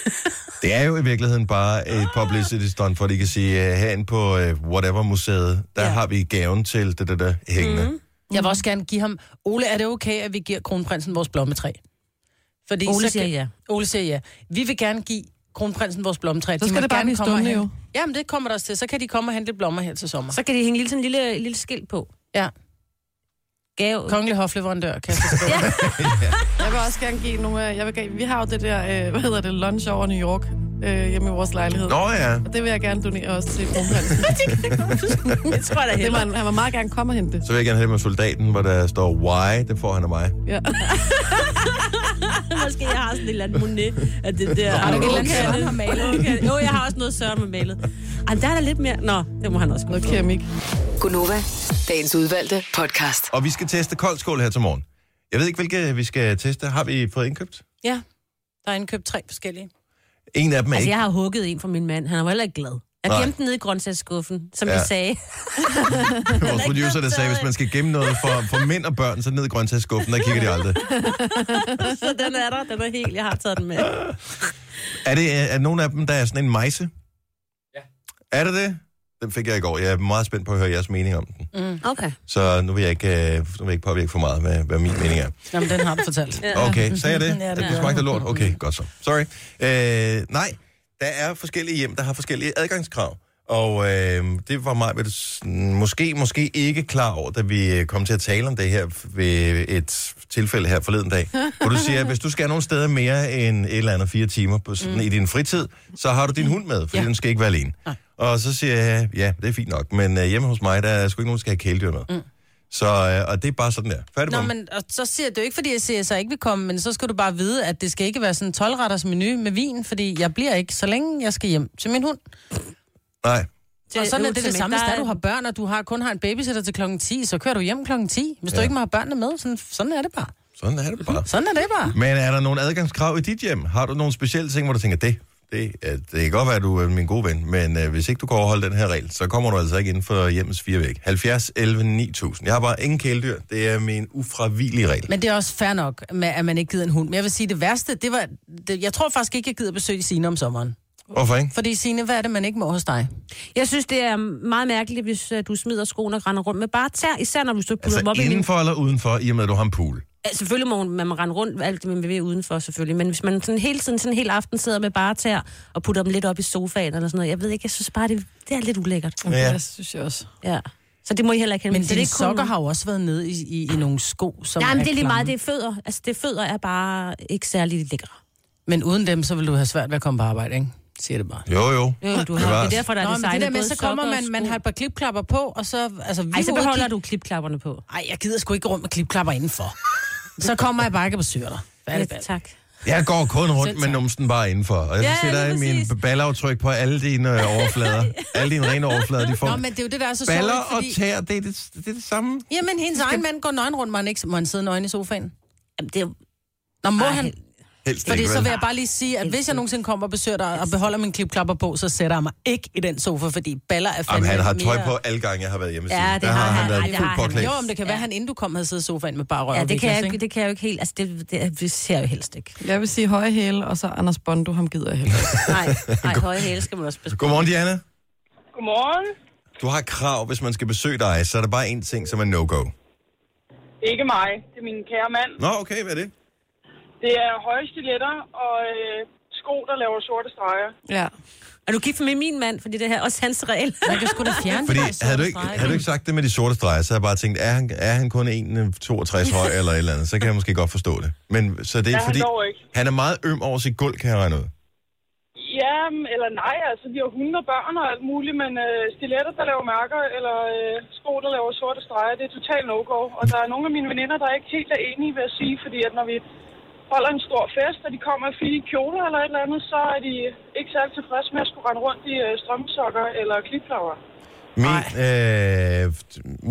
[SPEAKER 2] Det er jo i virkeligheden bare
[SPEAKER 5] Ah.
[SPEAKER 2] et publicity stunt, for de kan sige, uh, herinde på uh, whatever-museet, der ja. har vi gaven til det, der, der hængende.
[SPEAKER 5] Mhm.
[SPEAKER 2] Mm.
[SPEAKER 6] Jeg vil også gerne give ham... Ole, er det okay, at vi giver kronprinsen vores blommetræ? Fordi
[SPEAKER 5] Ole
[SPEAKER 6] så
[SPEAKER 5] siger
[SPEAKER 6] kan-
[SPEAKER 5] ja.
[SPEAKER 6] Ole siger ja. Vi vil gerne give kronprinsen vores blommetræ.
[SPEAKER 4] Så
[SPEAKER 6] De
[SPEAKER 4] skal
[SPEAKER 6] må
[SPEAKER 4] det bare
[SPEAKER 6] gerne
[SPEAKER 4] blive
[SPEAKER 6] komme og
[SPEAKER 4] stående, jo.
[SPEAKER 6] hente- Jamen, det kommer der også til. Så kan de komme og hente lidt blommer her til sommer.
[SPEAKER 5] Så kan de hænge en lille, lille, lille skilt på.
[SPEAKER 6] Ja.
[SPEAKER 5] Gave. <laughs>
[SPEAKER 6] Kongelig hofleverandør, kan jeg så skrive.
[SPEAKER 4] Jeg vil også gerne give nogle af... Jeg vil, gerne- vi har jo det der, øh, hvad hedder det, lunch over New York øh, hjemme i vores lejlighed.
[SPEAKER 2] Nå ja.
[SPEAKER 4] Og det vil jeg gerne donere også til
[SPEAKER 6] <laughs>
[SPEAKER 4] kronprinsen.
[SPEAKER 5] Det tror jeg da
[SPEAKER 4] det må
[SPEAKER 5] heller.
[SPEAKER 4] han, han må meget gerne komme og hente.
[SPEAKER 2] Så vil jeg gerne have det med soldaten, hvor der står why. Det får han af mig.
[SPEAKER 4] Ja.
[SPEAKER 5] <laughs> Måske jeg har sådan et eller andet monet af det der. Har
[SPEAKER 6] du ikke et eller andet, Søren har malet?
[SPEAKER 5] Okay. Jo, jeg har også noget Søren har malet. Ej, men der er der lidt mere... Nå, det må han også kunne
[SPEAKER 4] Noget
[SPEAKER 5] få.
[SPEAKER 4] keramik.
[SPEAKER 7] Gunova, dagens udvalgte podcast.
[SPEAKER 2] Og vi skal teste koldskål her til morgen. Jeg ved ikke, hvilke vi skal teste. Har vi fået indkøbt?
[SPEAKER 6] Ja. Der er indkøbt tre forskellige.
[SPEAKER 2] En af dem er
[SPEAKER 5] Altså,
[SPEAKER 2] ikke.
[SPEAKER 5] jeg har hugget en fra min mand. Han var heller ikke glad. Jeg
[SPEAKER 2] Nej.
[SPEAKER 5] gemte den nede i grøntsagsskuffen, som
[SPEAKER 2] Ja.
[SPEAKER 5] ja. jeg sagde.
[SPEAKER 2] Vores producer, der sagde, hvis man skal gemme noget for, for mænd og børn, så ned i grøntsagsskuffen, der kigger de aldrig.
[SPEAKER 5] Så den er der. Den er helt. Jeg har taget den med.
[SPEAKER 2] Er det er nogen af dem, der er sådan en mejse? Ja. Er det det? Den fik jeg i går. Jeg er meget spændt på at høre jeres mening om den.
[SPEAKER 5] Okay.
[SPEAKER 2] Så nu vil jeg ikke, øh, nu vil jeg ikke påvirke for meget, hvad, hvad min mening er.
[SPEAKER 6] <laughs> Jamen, den har du fortalt.
[SPEAKER 2] Okay, sagde jeg det?
[SPEAKER 6] Ja,
[SPEAKER 2] Ja, det,
[SPEAKER 6] det er.
[SPEAKER 2] smagte af lort? Okay, godt så. Sorry. Øh, nej, der er forskellige hjem, der har forskellige adgangskrav. Og øh, det var mig ved- sådan, måske, måske ikke klar over, da vi øh, kom til at tale om det her ved et tilfælde her forleden dag. Hvor du siger, at hvis du skal nogle steder mere end et eller andet fire timer på, sådan, mm. i din fritid, så har du
[SPEAKER 6] Mm.
[SPEAKER 2] din hund med, fordi ja. den skal ikke være alene. Og så siger jeg, ja, det er fint nok, men øh, hjemme hos mig, der er sgu ikke nogen, der skal have kæledyr med. Mm. Så, øh, og det er bare sådan der. Færdig
[SPEAKER 6] Nå, men og så siger jeg- det er jo ikke, fordi jeg siger, at jeg ikke vil komme, men så skal du bare vide, at det skal ikke være sådan en 12-retters menu med vin, fordi jeg bliver ikke, så længe jeg skal hjem til min hund.
[SPEAKER 2] Nej.
[SPEAKER 6] Og sådan er det det
[SPEAKER 5] ultimate.
[SPEAKER 6] samme, hvis
[SPEAKER 5] Øh, Der
[SPEAKER 6] der
[SPEAKER 5] er-
[SPEAKER 6] du har børn, og du har, kun har en babysitter til klokken 10, så kører du hjem klokken 10, hvis ja. du ikke må have børnene med. Sådan, sådan er det bare.
[SPEAKER 2] Sådan er det bare.
[SPEAKER 6] Sådan er det bare.
[SPEAKER 2] Men er der nogle adgangskrav i dit hjem? Har du nogle specielle ting, hvor du tænker, det, det, er- det kan godt være, at du er min gode ven, men øh, hvis ikke du kan overholde den her regel, så kommer du altså ikke inden for hjemmets fire væg. 70, 11, 9000. Jeg har bare ingen kæledyr. Det er min ufravigelige regel.
[SPEAKER 6] Men det er også fair nok, med, at man ikke gider en hund. Men jeg vil sige, det værste, det var... Det, jeg tror faktisk ikke, jeg gider besøge Signe om sommeren.
[SPEAKER 2] Hvorfor ikke?
[SPEAKER 6] Fordi Signe, hvad er det, man ikke må hos dig?
[SPEAKER 5] Jeg synes, det er meget mærkeligt, hvis øh, du smider skoene og render rundt med bare tær. Især når hvis du putter dem op
[SPEAKER 2] Altså
[SPEAKER 5] i min...
[SPEAKER 2] indenfor eller udenfor, i og med, at du har en pool.
[SPEAKER 5] Ja, selvfølgelig må hun- man må rende rundt med alt det, man vil udenfor, selvfølgelig. Men hvis man sådan hele tiden, sådan hele aften sidder med bare tær og putter dem lidt op i sofaen eller sådan noget. Jeg ved ikke, jeg synes bare, det, det er lidt ulækkert.
[SPEAKER 2] Ja.
[SPEAKER 4] Det synes jeg også.
[SPEAKER 5] Ja. Så det må I heller ikke have.
[SPEAKER 6] Men
[SPEAKER 5] det er
[SPEAKER 6] dine
[SPEAKER 5] ikke kun-
[SPEAKER 6] sokker har jo også været nede i, i, i nogle sko, som
[SPEAKER 5] Nej, men det er lige
[SPEAKER 6] klamme.
[SPEAKER 5] meget. Det er fødder. Altså, det er fødder er bare ikke særlig lækre.
[SPEAKER 6] Men uden dem, så vil du have svært ved at komme på arbejde, ikke? Siger det bare.
[SPEAKER 2] Jo, jo.
[SPEAKER 5] Jo, du
[SPEAKER 2] var-
[SPEAKER 5] har. Det er derfor, der er
[SPEAKER 6] Nå, men det
[SPEAKER 5] designet
[SPEAKER 6] der med,
[SPEAKER 5] både
[SPEAKER 6] så kommer
[SPEAKER 5] sokker og
[SPEAKER 6] man, man
[SPEAKER 5] sko.
[SPEAKER 6] har et par klipklapper på, og så... Altså, vi
[SPEAKER 5] Ej, så
[SPEAKER 6] kunne ikke-
[SPEAKER 5] beholder du klipklapperne på.
[SPEAKER 6] Ej, jeg gider sgu ikke rundt med klipklapper indenfor. Så kommer jeg bare ikke og besøger dig. Hvad er det,
[SPEAKER 5] Ja,
[SPEAKER 6] bad?
[SPEAKER 5] tak.
[SPEAKER 2] Jeg går kun rundt med numsen bare indenfor. Og jeg
[SPEAKER 5] Ja,
[SPEAKER 2] ja, sætter
[SPEAKER 5] lige
[SPEAKER 2] mine
[SPEAKER 5] præcis.
[SPEAKER 2] ballaftryk på alle dine øh,
[SPEAKER 6] <laughs>
[SPEAKER 2] overflader. alle dine rene overflader, de får.
[SPEAKER 6] Nå, men det er jo det, der er så
[SPEAKER 2] Baller
[SPEAKER 6] sjovt,
[SPEAKER 2] og
[SPEAKER 6] fordi...
[SPEAKER 2] tær, det er det, det, er det samme.
[SPEAKER 6] Jamen, hendes egen mand går nøgen rundt, må han ikke må han sidde nøgen i sofaen?
[SPEAKER 5] Jamen, det er...
[SPEAKER 6] Nå, må
[SPEAKER 5] Ej,
[SPEAKER 6] han?
[SPEAKER 2] Helst
[SPEAKER 6] Fordi
[SPEAKER 2] ikke,
[SPEAKER 6] så
[SPEAKER 2] vel?
[SPEAKER 6] vil jeg bare lige sige, at hvis jeg nogensinde kommer og besøger dig og beholder min klipklapper på, så sætter jeg mig ikke i den sofa, fordi baller er
[SPEAKER 2] Jamen,
[SPEAKER 6] fandme
[SPEAKER 2] han har tøj
[SPEAKER 6] mere-
[SPEAKER 2] på alle gange, jeg har været hjemme
[SPEAKER 5] Altså, Ja,
[SPEAKER 2] siden.
[SPEAKER 5] det
[SPEAKER 2] der
[SPEAKER 5] har
[SPEAKER 2] har
[SPEAKER 5] han.
[SPEAKER 2] været
[SPEAKER 5] Ej, det
[SPEAKER 2] fuldt
[SPEAKER 5] har han.
[SPEAKER 2] påklædt.
[SPEAKER 6] Jo, om det kan være, at han inden du kom havde siddet i sofaen med bare røv
[SPEAKER 5] Ja,
[SPEAKER 6] og
[SPEAKER 5] det kan,
[SPEAKER 6] viklas,
[SPEAKER 5] jeg,
[SPEAKER 6] ikke?
[SPEAKER 5] det kan jeg jo ikke helt... Altså, det, det, det ser jeg jo helst ikke.
[SPEAKER 4] Jeg vil sige høje hæle, og så Anders Bondo, ham gider jeg heller ikke.
[SPEAKER 5] Nej,
[SPEAKER 6] <laughs>
[SPEAKER 5] nej høje hæle skal man også passe på.
[SPEAKER 2] Godmorgen, Diana.
[SPEAKER 11] Godmorgen.
[SPEAKER 2] Du har krav, hvis man skal besøge dig, så er der bare én ting, som er no-go.
[SPEAKER 11] Det er ikke mig. Det er min kære mand.
[SPEAKER 2] Nå, okay, hvad er det?
[SPEAKER 11] Det er høje stiletter og øh, sko, der laver sorte streger.
[SPEAKER 4] Ja.
[SPEAKER 5] Er du gift med min mand, fordi det her er også hans regel?
[SPEAKER 6] Man kan sgu da fjerne
[SPEAKER 2] Fordi
[SPEAKER 6] de der sorte
[SPEAKER 2] havde du, ikke,
[SPEAKER 6] streger.
[SPEAKER 2] havde du ikke sagt det med de sorte streger, så havde jeg bare tænkt, er han, er han kun 1,62 høj eller et eller andet, så kan jeg måske godt forstå det. Men så det er
[SPEAKER 11] Ja, han
[SPEAKER 2] fordi,
[SPEAKER 11] dog ikke.
[SPEAKER 2] han er meget øm over sit gulv, kan jeg regne ud.
[SPEAKER 11] Ja, eller nej, altså vi har hunde og børn og alt muligt, men øh, stiletter, der laver mærker, eller øh, sko, der laver sorte streger, det er totalt no-go. Og der er nogle af mine veninder, der er ikke helt er enige, vil jeg sige, fordi at når vi holder en stor fest, og de kommer i fine kjoler eller et eller andet, så er de ikke særlig tilfredse med at skulle rende rundt i øh, strømsokker eller klipflapper.
[SPEAKER 2] Min, øh,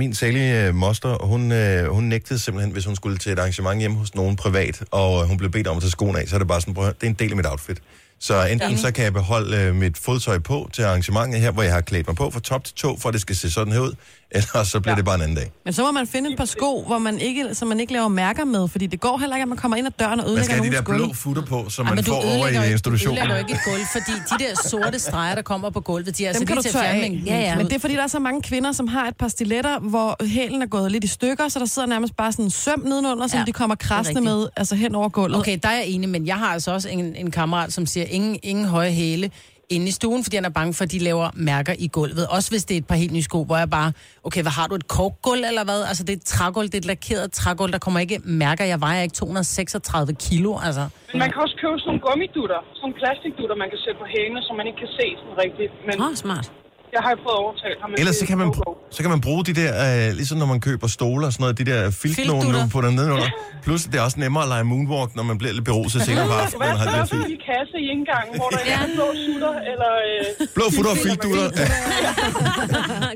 [SPEAKER 2] min særlige øh, moster, hun, øh, hun nægtede simpelthen, hvis hun skulle til et arrangement hjemme hos nogen privat, og øh, hun blev bedt om at tage skoen af, så er det bare sådan, prøv, at høre, det er en del af mit outfit. Så enten så kan jeg beholde øh, mit fodtøj på til arrangementet her, hvor jeg har klædt mig på fra top til tå, for at det skal se sådan her ud, <laughs> eller så bliver ja. det bare en anden dag.
[SPEAKER 4] Men så må man finde et par sko, hvor man ikke, som man ikke laver mærker med, fordi det går heller ikke, at man kommer ind ad døren og
[SPEAKER 2] Man
[SPEAKER 4] ødelægger
[SPEAKER 2] skal have de der
[SPEAKER 4] nogens gulv.
[SPEAKER 2] blå futter på, som
[SPEAKER 6] Ej,
[SPEAKER 2] man
[SPEAKER 6] men du
[SPEAKER 2] får over
[SPEAKER 6] ødelægger jo
[SPEAKER 2] i
[SPEAKER 6] ikke-
[SPEAKER 2] institutionen.
[SPEAKER 6] Du ødelægger jo ikke et gulv, fordi de <laughs> der sorte streger, der kommer på gulvet, de er altså
[SPEAKER 4] Dem kan du
[SPEAKER 6] lige til at
[SPEAKER 4] tørre
[SPEAKER 6] fjerne
[SPEAKER 4] af.
[SPEAKER 6] med en-
[SPEAKER 5] Ja, ja.
[SPEAKER 6] med
[SPEAKER 4] Men
[SPEAKER 6] en
[SPEAKER 4] det er fordi, der er så mange kvinder, som har et par stiletter, hvor hælen er gået lidt i stykker, så der sidder nærmest bare sådan en søm nedenunder, som
[SPEAKER 6] Ja,
[SPEAKER 4] de kommer
[SPEAKER 6] det er
[SPEAKER 4] krasne
[SPEAKER 6] rigtigt.
[SPEAKER 4] med, altså hen over gulvet.
[SPEAKER 6] Okay, der er jeg enig, men jeg har altså også en, en kammerat, som siger, ingen, ingen høje hæle inde i stuen, fordi han er bange for, at de laver mærker i gulvet. Også hvis det er et par helt nye sko, hvor jeg bare, okay, hvad har du, et korkgulv eller hvad? Altså, det er et trægulv, det er et lakeret trægulv, der kommer ikke mærker. Jeg vejer ikke 236 kilo, altså.
[SPEAKER 11] Men man kan også købe sådan nogle gummidutter, sådan nogle plastikdutter, man kan sætte på hælene, så man ikke kan se sådan rigtigt. Men
[SPEAKER 5] Åh, oh, smart.
[SPEAKER 11] Jeg har jo prøvet at overtale ham. men
[SPEAKER 2] Ellers
[SPEAKER 11] det-
[SPEAKER 2] så kan, man, så kan man bruge de der, øh, ligesom når man køber stole og sådan noget, de der filtnogen,
[SPEAKER 11] Filtdutter.
[SPEAKER 2] du putter nedenunder. Plus, det er også nemmere at lege moonwalk, når man bliver lidt beruset senere på aftenen.
[SPEAKER 11] Hvad
[SPEAKER 2] og har det
[SPEAKER 11] er
[SPEAKER 2] lidt
[SPEAKER 11] det for
[SPEAKER 2] fint.
[SPEAKER 11] en kasse i indgangen, hvor der er blå sutter eller... Øh,
[SPEAKER 2] Blå futter og filtdutter. <laughs>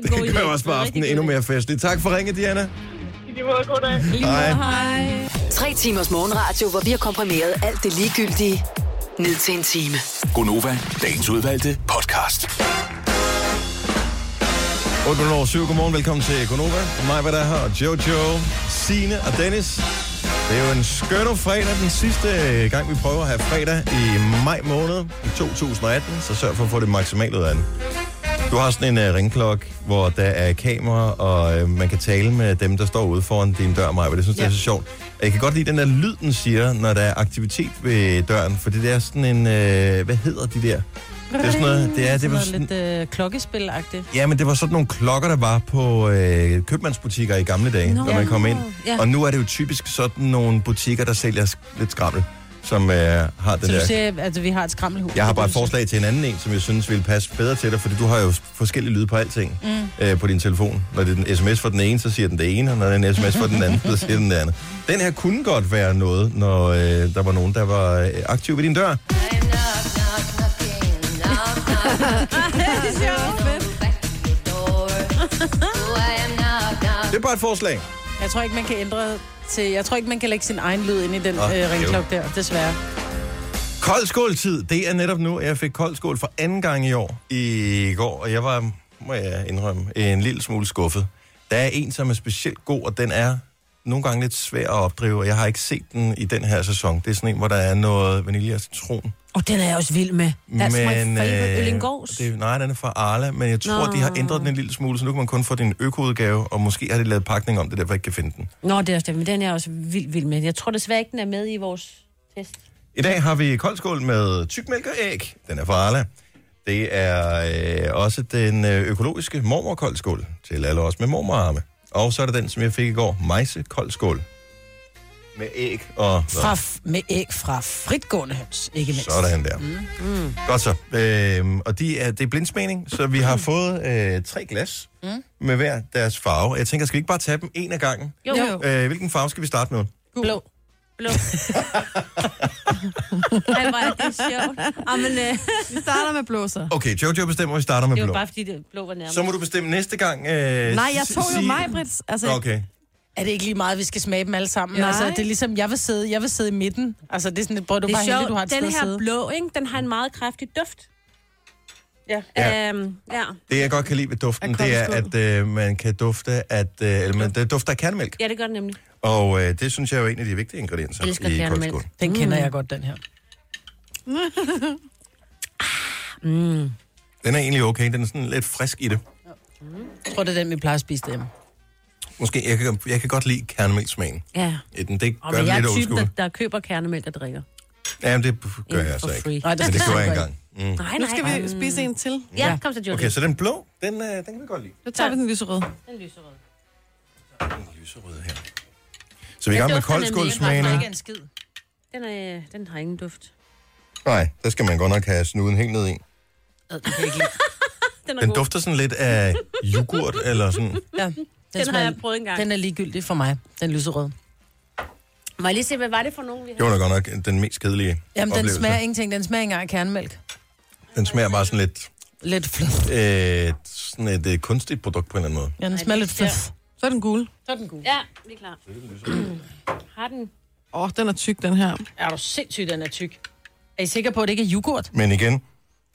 [SPEAKER 2] det gør
[SPEAKER 9] idé.
[SPEAKER 2] jeg også på aftenen endnu mere festligt. Tak for ringet, Diana.
[SPEAKER 11] I lige måde, goddag.
[SPEAKER 2] Hej.
[SPEAKER 7] Hej. Tre timers morgenradio, hvor vi har komprimeret alt det ligegyldige ned til en time.
[SPEAKER 8] Gonova, dagens udvalgte podcast.
[SPEAKER 2] 8 over 7. Godmorgen. Velkommen til Konova. Og mig, hvad der er her, og Jojo, Sine og Dennis. Det er jo en skønne fredag, den sidste øh, gang, vi prøver at have fredag i maj måned i 2018. Så sørg for at få det maksimalt ud af den. Du har sådan en uh, ringklok, hvor der er kamera, og uh, man kan tale med dem, der står ude foran din dør, Maja. Det synes jeg ja. er så sjovt. Og Jeg kan godt lide den der lyd, den siger, når der er aktivitet ved døren, for det er sådan en... Uh, hvad hedder de der? Det er sådan noget... Det er, det var sådan,
[SPEAKER 6] lidt øh, klokkespilagtigt.
[SPEAKER 2] Ja, men det var sådan nogle klokker, der var på øh, købmandsbutikker i gamle dage,
[SPEAKER 6] Nå.
[SPEAKER 2] når man kom ind.
[SPEAKER 6] Ja.
[SPEAKER 2] Og nu er det jo typisk sådan nogle butikker, der sælger sk- lidt skrammel, som øh, har den
[SPEAKER 6] Så du
[SPEAKER 2] der...
[SPEAKER 6] siger, at vi har et skrammelhus?
[SPEAKER 2] Jeg har bare et
[SPEAKER 6] <laughs>
[SPEAKER 2] forslag til en anden en, som jeg synes ville passe bedre til dig, fordi du har jo forskellige lyde på alting
[SPEAKER 6] Mm.
[SPEAKER 2] øh, på din telefon. Når det er en sms fra den ene, så siger den det ene, og når det er en sms fra den anden, så siger den det andet. Den her kunne godt være noget, når øh, der var nogen, der var øh, aktiv ved din dør. Det er bare et forslag.
[SPEAKER 6] Jeg tror ikke, man kan ændre til... Jeg tror ikke, man kan lægge sin egen lyd ind i den
[SPEAKER 2] Nå,
[SPEAKER 6] øh,
[SPEAKER 2] jo.
[SPEAKER 6] ringklok der, desværre.
[SPEAKER 2] Kold skål-tid, det er netop nu. Jeg fik kold skål for anden gang i år i går, og jeg var, må jeg indrømme, en lille smule skuffet. Der er en, som er specielt god, og den er nogle gange lidt svær at opdrive, og jeg har ikke set den i den her sæson. Det er sådan en, hvor der er noget vanilje og citron.
[SPEAKER 5] Og den er jeg også vild med. That's my favorite.
[SPEAKER 2] øh,
[SPEAKER 5] Øh, Øllingårds.
[SPEAKER 2] det, nej, den er fra Arla, men jeg tror,
[SPEAKER 5] Nå.
[SPEAKER 2] de har ændret den en lille smule, så nu kan man kun få din økoudgave, og måske har de lavet pakning om det, derfor jeg ikke kan finde den.
[SPEAKER 5] Nå, det er også det, men den er jeg også vild, vild med. Jeg tror desværre ikke, den er med i vores test.
[SPEAKER 2] I dag har vi koldskål med tykmælk og æg. Den er fra Arla. Det er øh, også den øh, økologiske mormorkoldskål til alle os med mormorarme. Og så er der den, som jeg fik i går, mejse koldskål. Med æg og...
[SPEAKER 6] Fra, f- med æg fra fritgående høns, ikke mindst.
[SPEAKER 2] Sådan der.
[SPEAKER 6] Mm.
[SPEAKER 2] Godt så. Øh, og de er, det er blindsmagning, så vi har fået øh, tre glas
[SPEAKER 6] Mm.
[SPEAKER 2] med hver deres farve. Jeg tænker, skal vi ikke bare tage dem en af gangen?
[SPEAKER 6] Jo. Jo.
[SPEAKER 2] Øh, hvilken farve skal vi starte med?
[SPEAKER 6] Blå.
[SPEAKER 5] <laughs> Blå. Ej, hvor er det sjovt. Jamen, øh. Vi starter med blå, så.
[SPEAKER 2] Okay, Jojo bestemmer, at vi starter med
[SPEAKER 5] Det var
[SPEAKER 2] blå.
[SPEAKER 5] bare, fordi det blå var nærmest.
[SPEAKER 2] Så må du bestemme næste gang. Øh,
[SPEAKER 6] Nej, jeg
[SPEAKER 2] si-
[SPEAKER 6] tog jo
[SPEAKER 2] sige-
[SPEAKER 6] mig, Britt. Altså,
[SPEAKER 2] Nå, Okay.
[SPEAKER 6] Er det ikke lige meget, at vi skal smage dem alle sammen?
[SPEAKER 5] Nej.
[SPEAKER 6] Altså, det er ligesom, jeg vil sidde, jeg vil sidde i midten. Altså, det er sådan et brød, du
[SPEAKER 5] det
[SPEAKER 6] bare
[SPEAKER 5] er
[SPEAKER 6] heldig,
[SPEAKER 5] sjovt.
[SPEAKER 6] du har et sted
[SPEAKER 5] den
[SPEAKER 6] at
[SPEAKER 5] her
[SPEAKER 6] sidde.
[SPEAKER 5] blå, ikke? Den har en meget kraftig duft. Ja.
[SPEAKER 2] Ja.
[SPEAKER 5] Øhm, ja.
[SPEAKER 2] Det, jeg godt kan lide ved duften, det er, at øh, man kan dufte, at, øh, eller man, det dufter af kernemælk.
[SPEAKER 5] ja, det gør den nemlig.
[SPEAKER 2] Og øh, det synes jeg er jo en af de vigtige ingredienser
[SPEAKER 5] Jeg elsker
[SPEAKER 2] i
[SPEAKER 5] kernemælk.
[SPEAKER 2] koldskål.
[SPEAKER 6] Den kender jeg godt, den her.
[SPEAKER 2] Mm. Den er egentlig okay. Den er sådan lidt frisk i det.
[SPEAKER 6] Jeg tror, det er den, vi plejer at spise derhjemme.
[SPEAKER 2] Måske, jeg kan, jeg kan godt lide kernemælkssmagen.
[SPEAKER 5] Ja.
[SPEAKER 2] i den. Det gør
[SPEAKER 5] Og
[SPEAKER 2] den
[SPEAKER 5] men jeg
[SPEAKER 2] lidt
[SPEAKER 5] er
[SPEAKER 2] old
[SPEAKER 5] typen, der,
[SPEAKER 2] school.
[SPEAKER 5] der køber kernemælk og drikker.
[SPEAKER 2] Ja, men det gør jeg altså ikke.
[SPEAKER 5] free.
[SPEAKER 2] Men
[SPEAKER 5] Nej, det
[SPEAKER 2] det
[SPEAKER 5] skal
[SPEAKER 2] gjorde
[SPEAKER 5] man
[SPEAKER 2] jeg
[SPEAKER 5] ikke.
[SPEAKER 2] engang. Mm.
[SPEAKER 5] Nej,
[SPEAKER 4] Nu skal
[SPEAKER 5] nej.
[SPEAKER 4] vi spise en til.
[SPEAKER 5] Ja, Ja. kom så, Jojo.
[SPEAKER 2] Okay, så den blå, den, øh, den kan vi godt lide.
[SPEAKER 4] Nu tager vi den lyserøde.
[SPEAKER 5] Den lyserøde.
[SPEAKER 2] Lyserød her. Så vi er i gang med
[SPEAKER 5] Den dufter nemlig
[SPEAKER 2] koldskålsmagene.
[SPEAKER 5] ikke en skid. Den, er, øh, den har ingen duft.
[SPEAKER 2] Nej, der skal man godt nok have snuden helt ned i.
[SPEAKER 5] Ad, den, kan jeg ikke lide. den, er
[SPEAKER 2] Den
[SPEAKER 5] god.
[SPEAKER 2] dufter sådan lidt af yoghurt eller sådan.
[SPEAKER 6] Ja, den,
[SPEAKER 5] Den har
[SPEAKER 6] smager-
[SPEAKER 5] jeg prøvet engang.
[SPEAKER 6] Den er ligegyldig for mig, den lyserød.
[SPEAKER 5] Må jeg lige se, hvad var det for nogen, vi havde?
[SPEAKER 2] Det var da godt nok den mest kedelige
[SPEAKER 6] Jamen, den
[SPEAKER 2] oplevelse.
[SPEAKER 6] smager ingenting. Den smager ikke engang af kernemælk.
[SPEAKER 2] Den smager bare sådan lidt...
[SPEAKER 6] Lidt
[SPEAKER 2] Øh, sådan et øh, kunstigt produkt på en eller anden måde.
[SPEAKER 6] Ja, den smager lidt fluff. Så er den gul.
[SPEAKER 5] Så er den god. Ja, vi er klar. <clears throat> Har den?
[SPEAKER 4] Åh, oh, den er tyk, den her.
[SPEAKER 6] Er du sindssyg, den er tyk? Er I sikker på, at det ikke er yoghurt?
[SPEAKER 2] Men igen,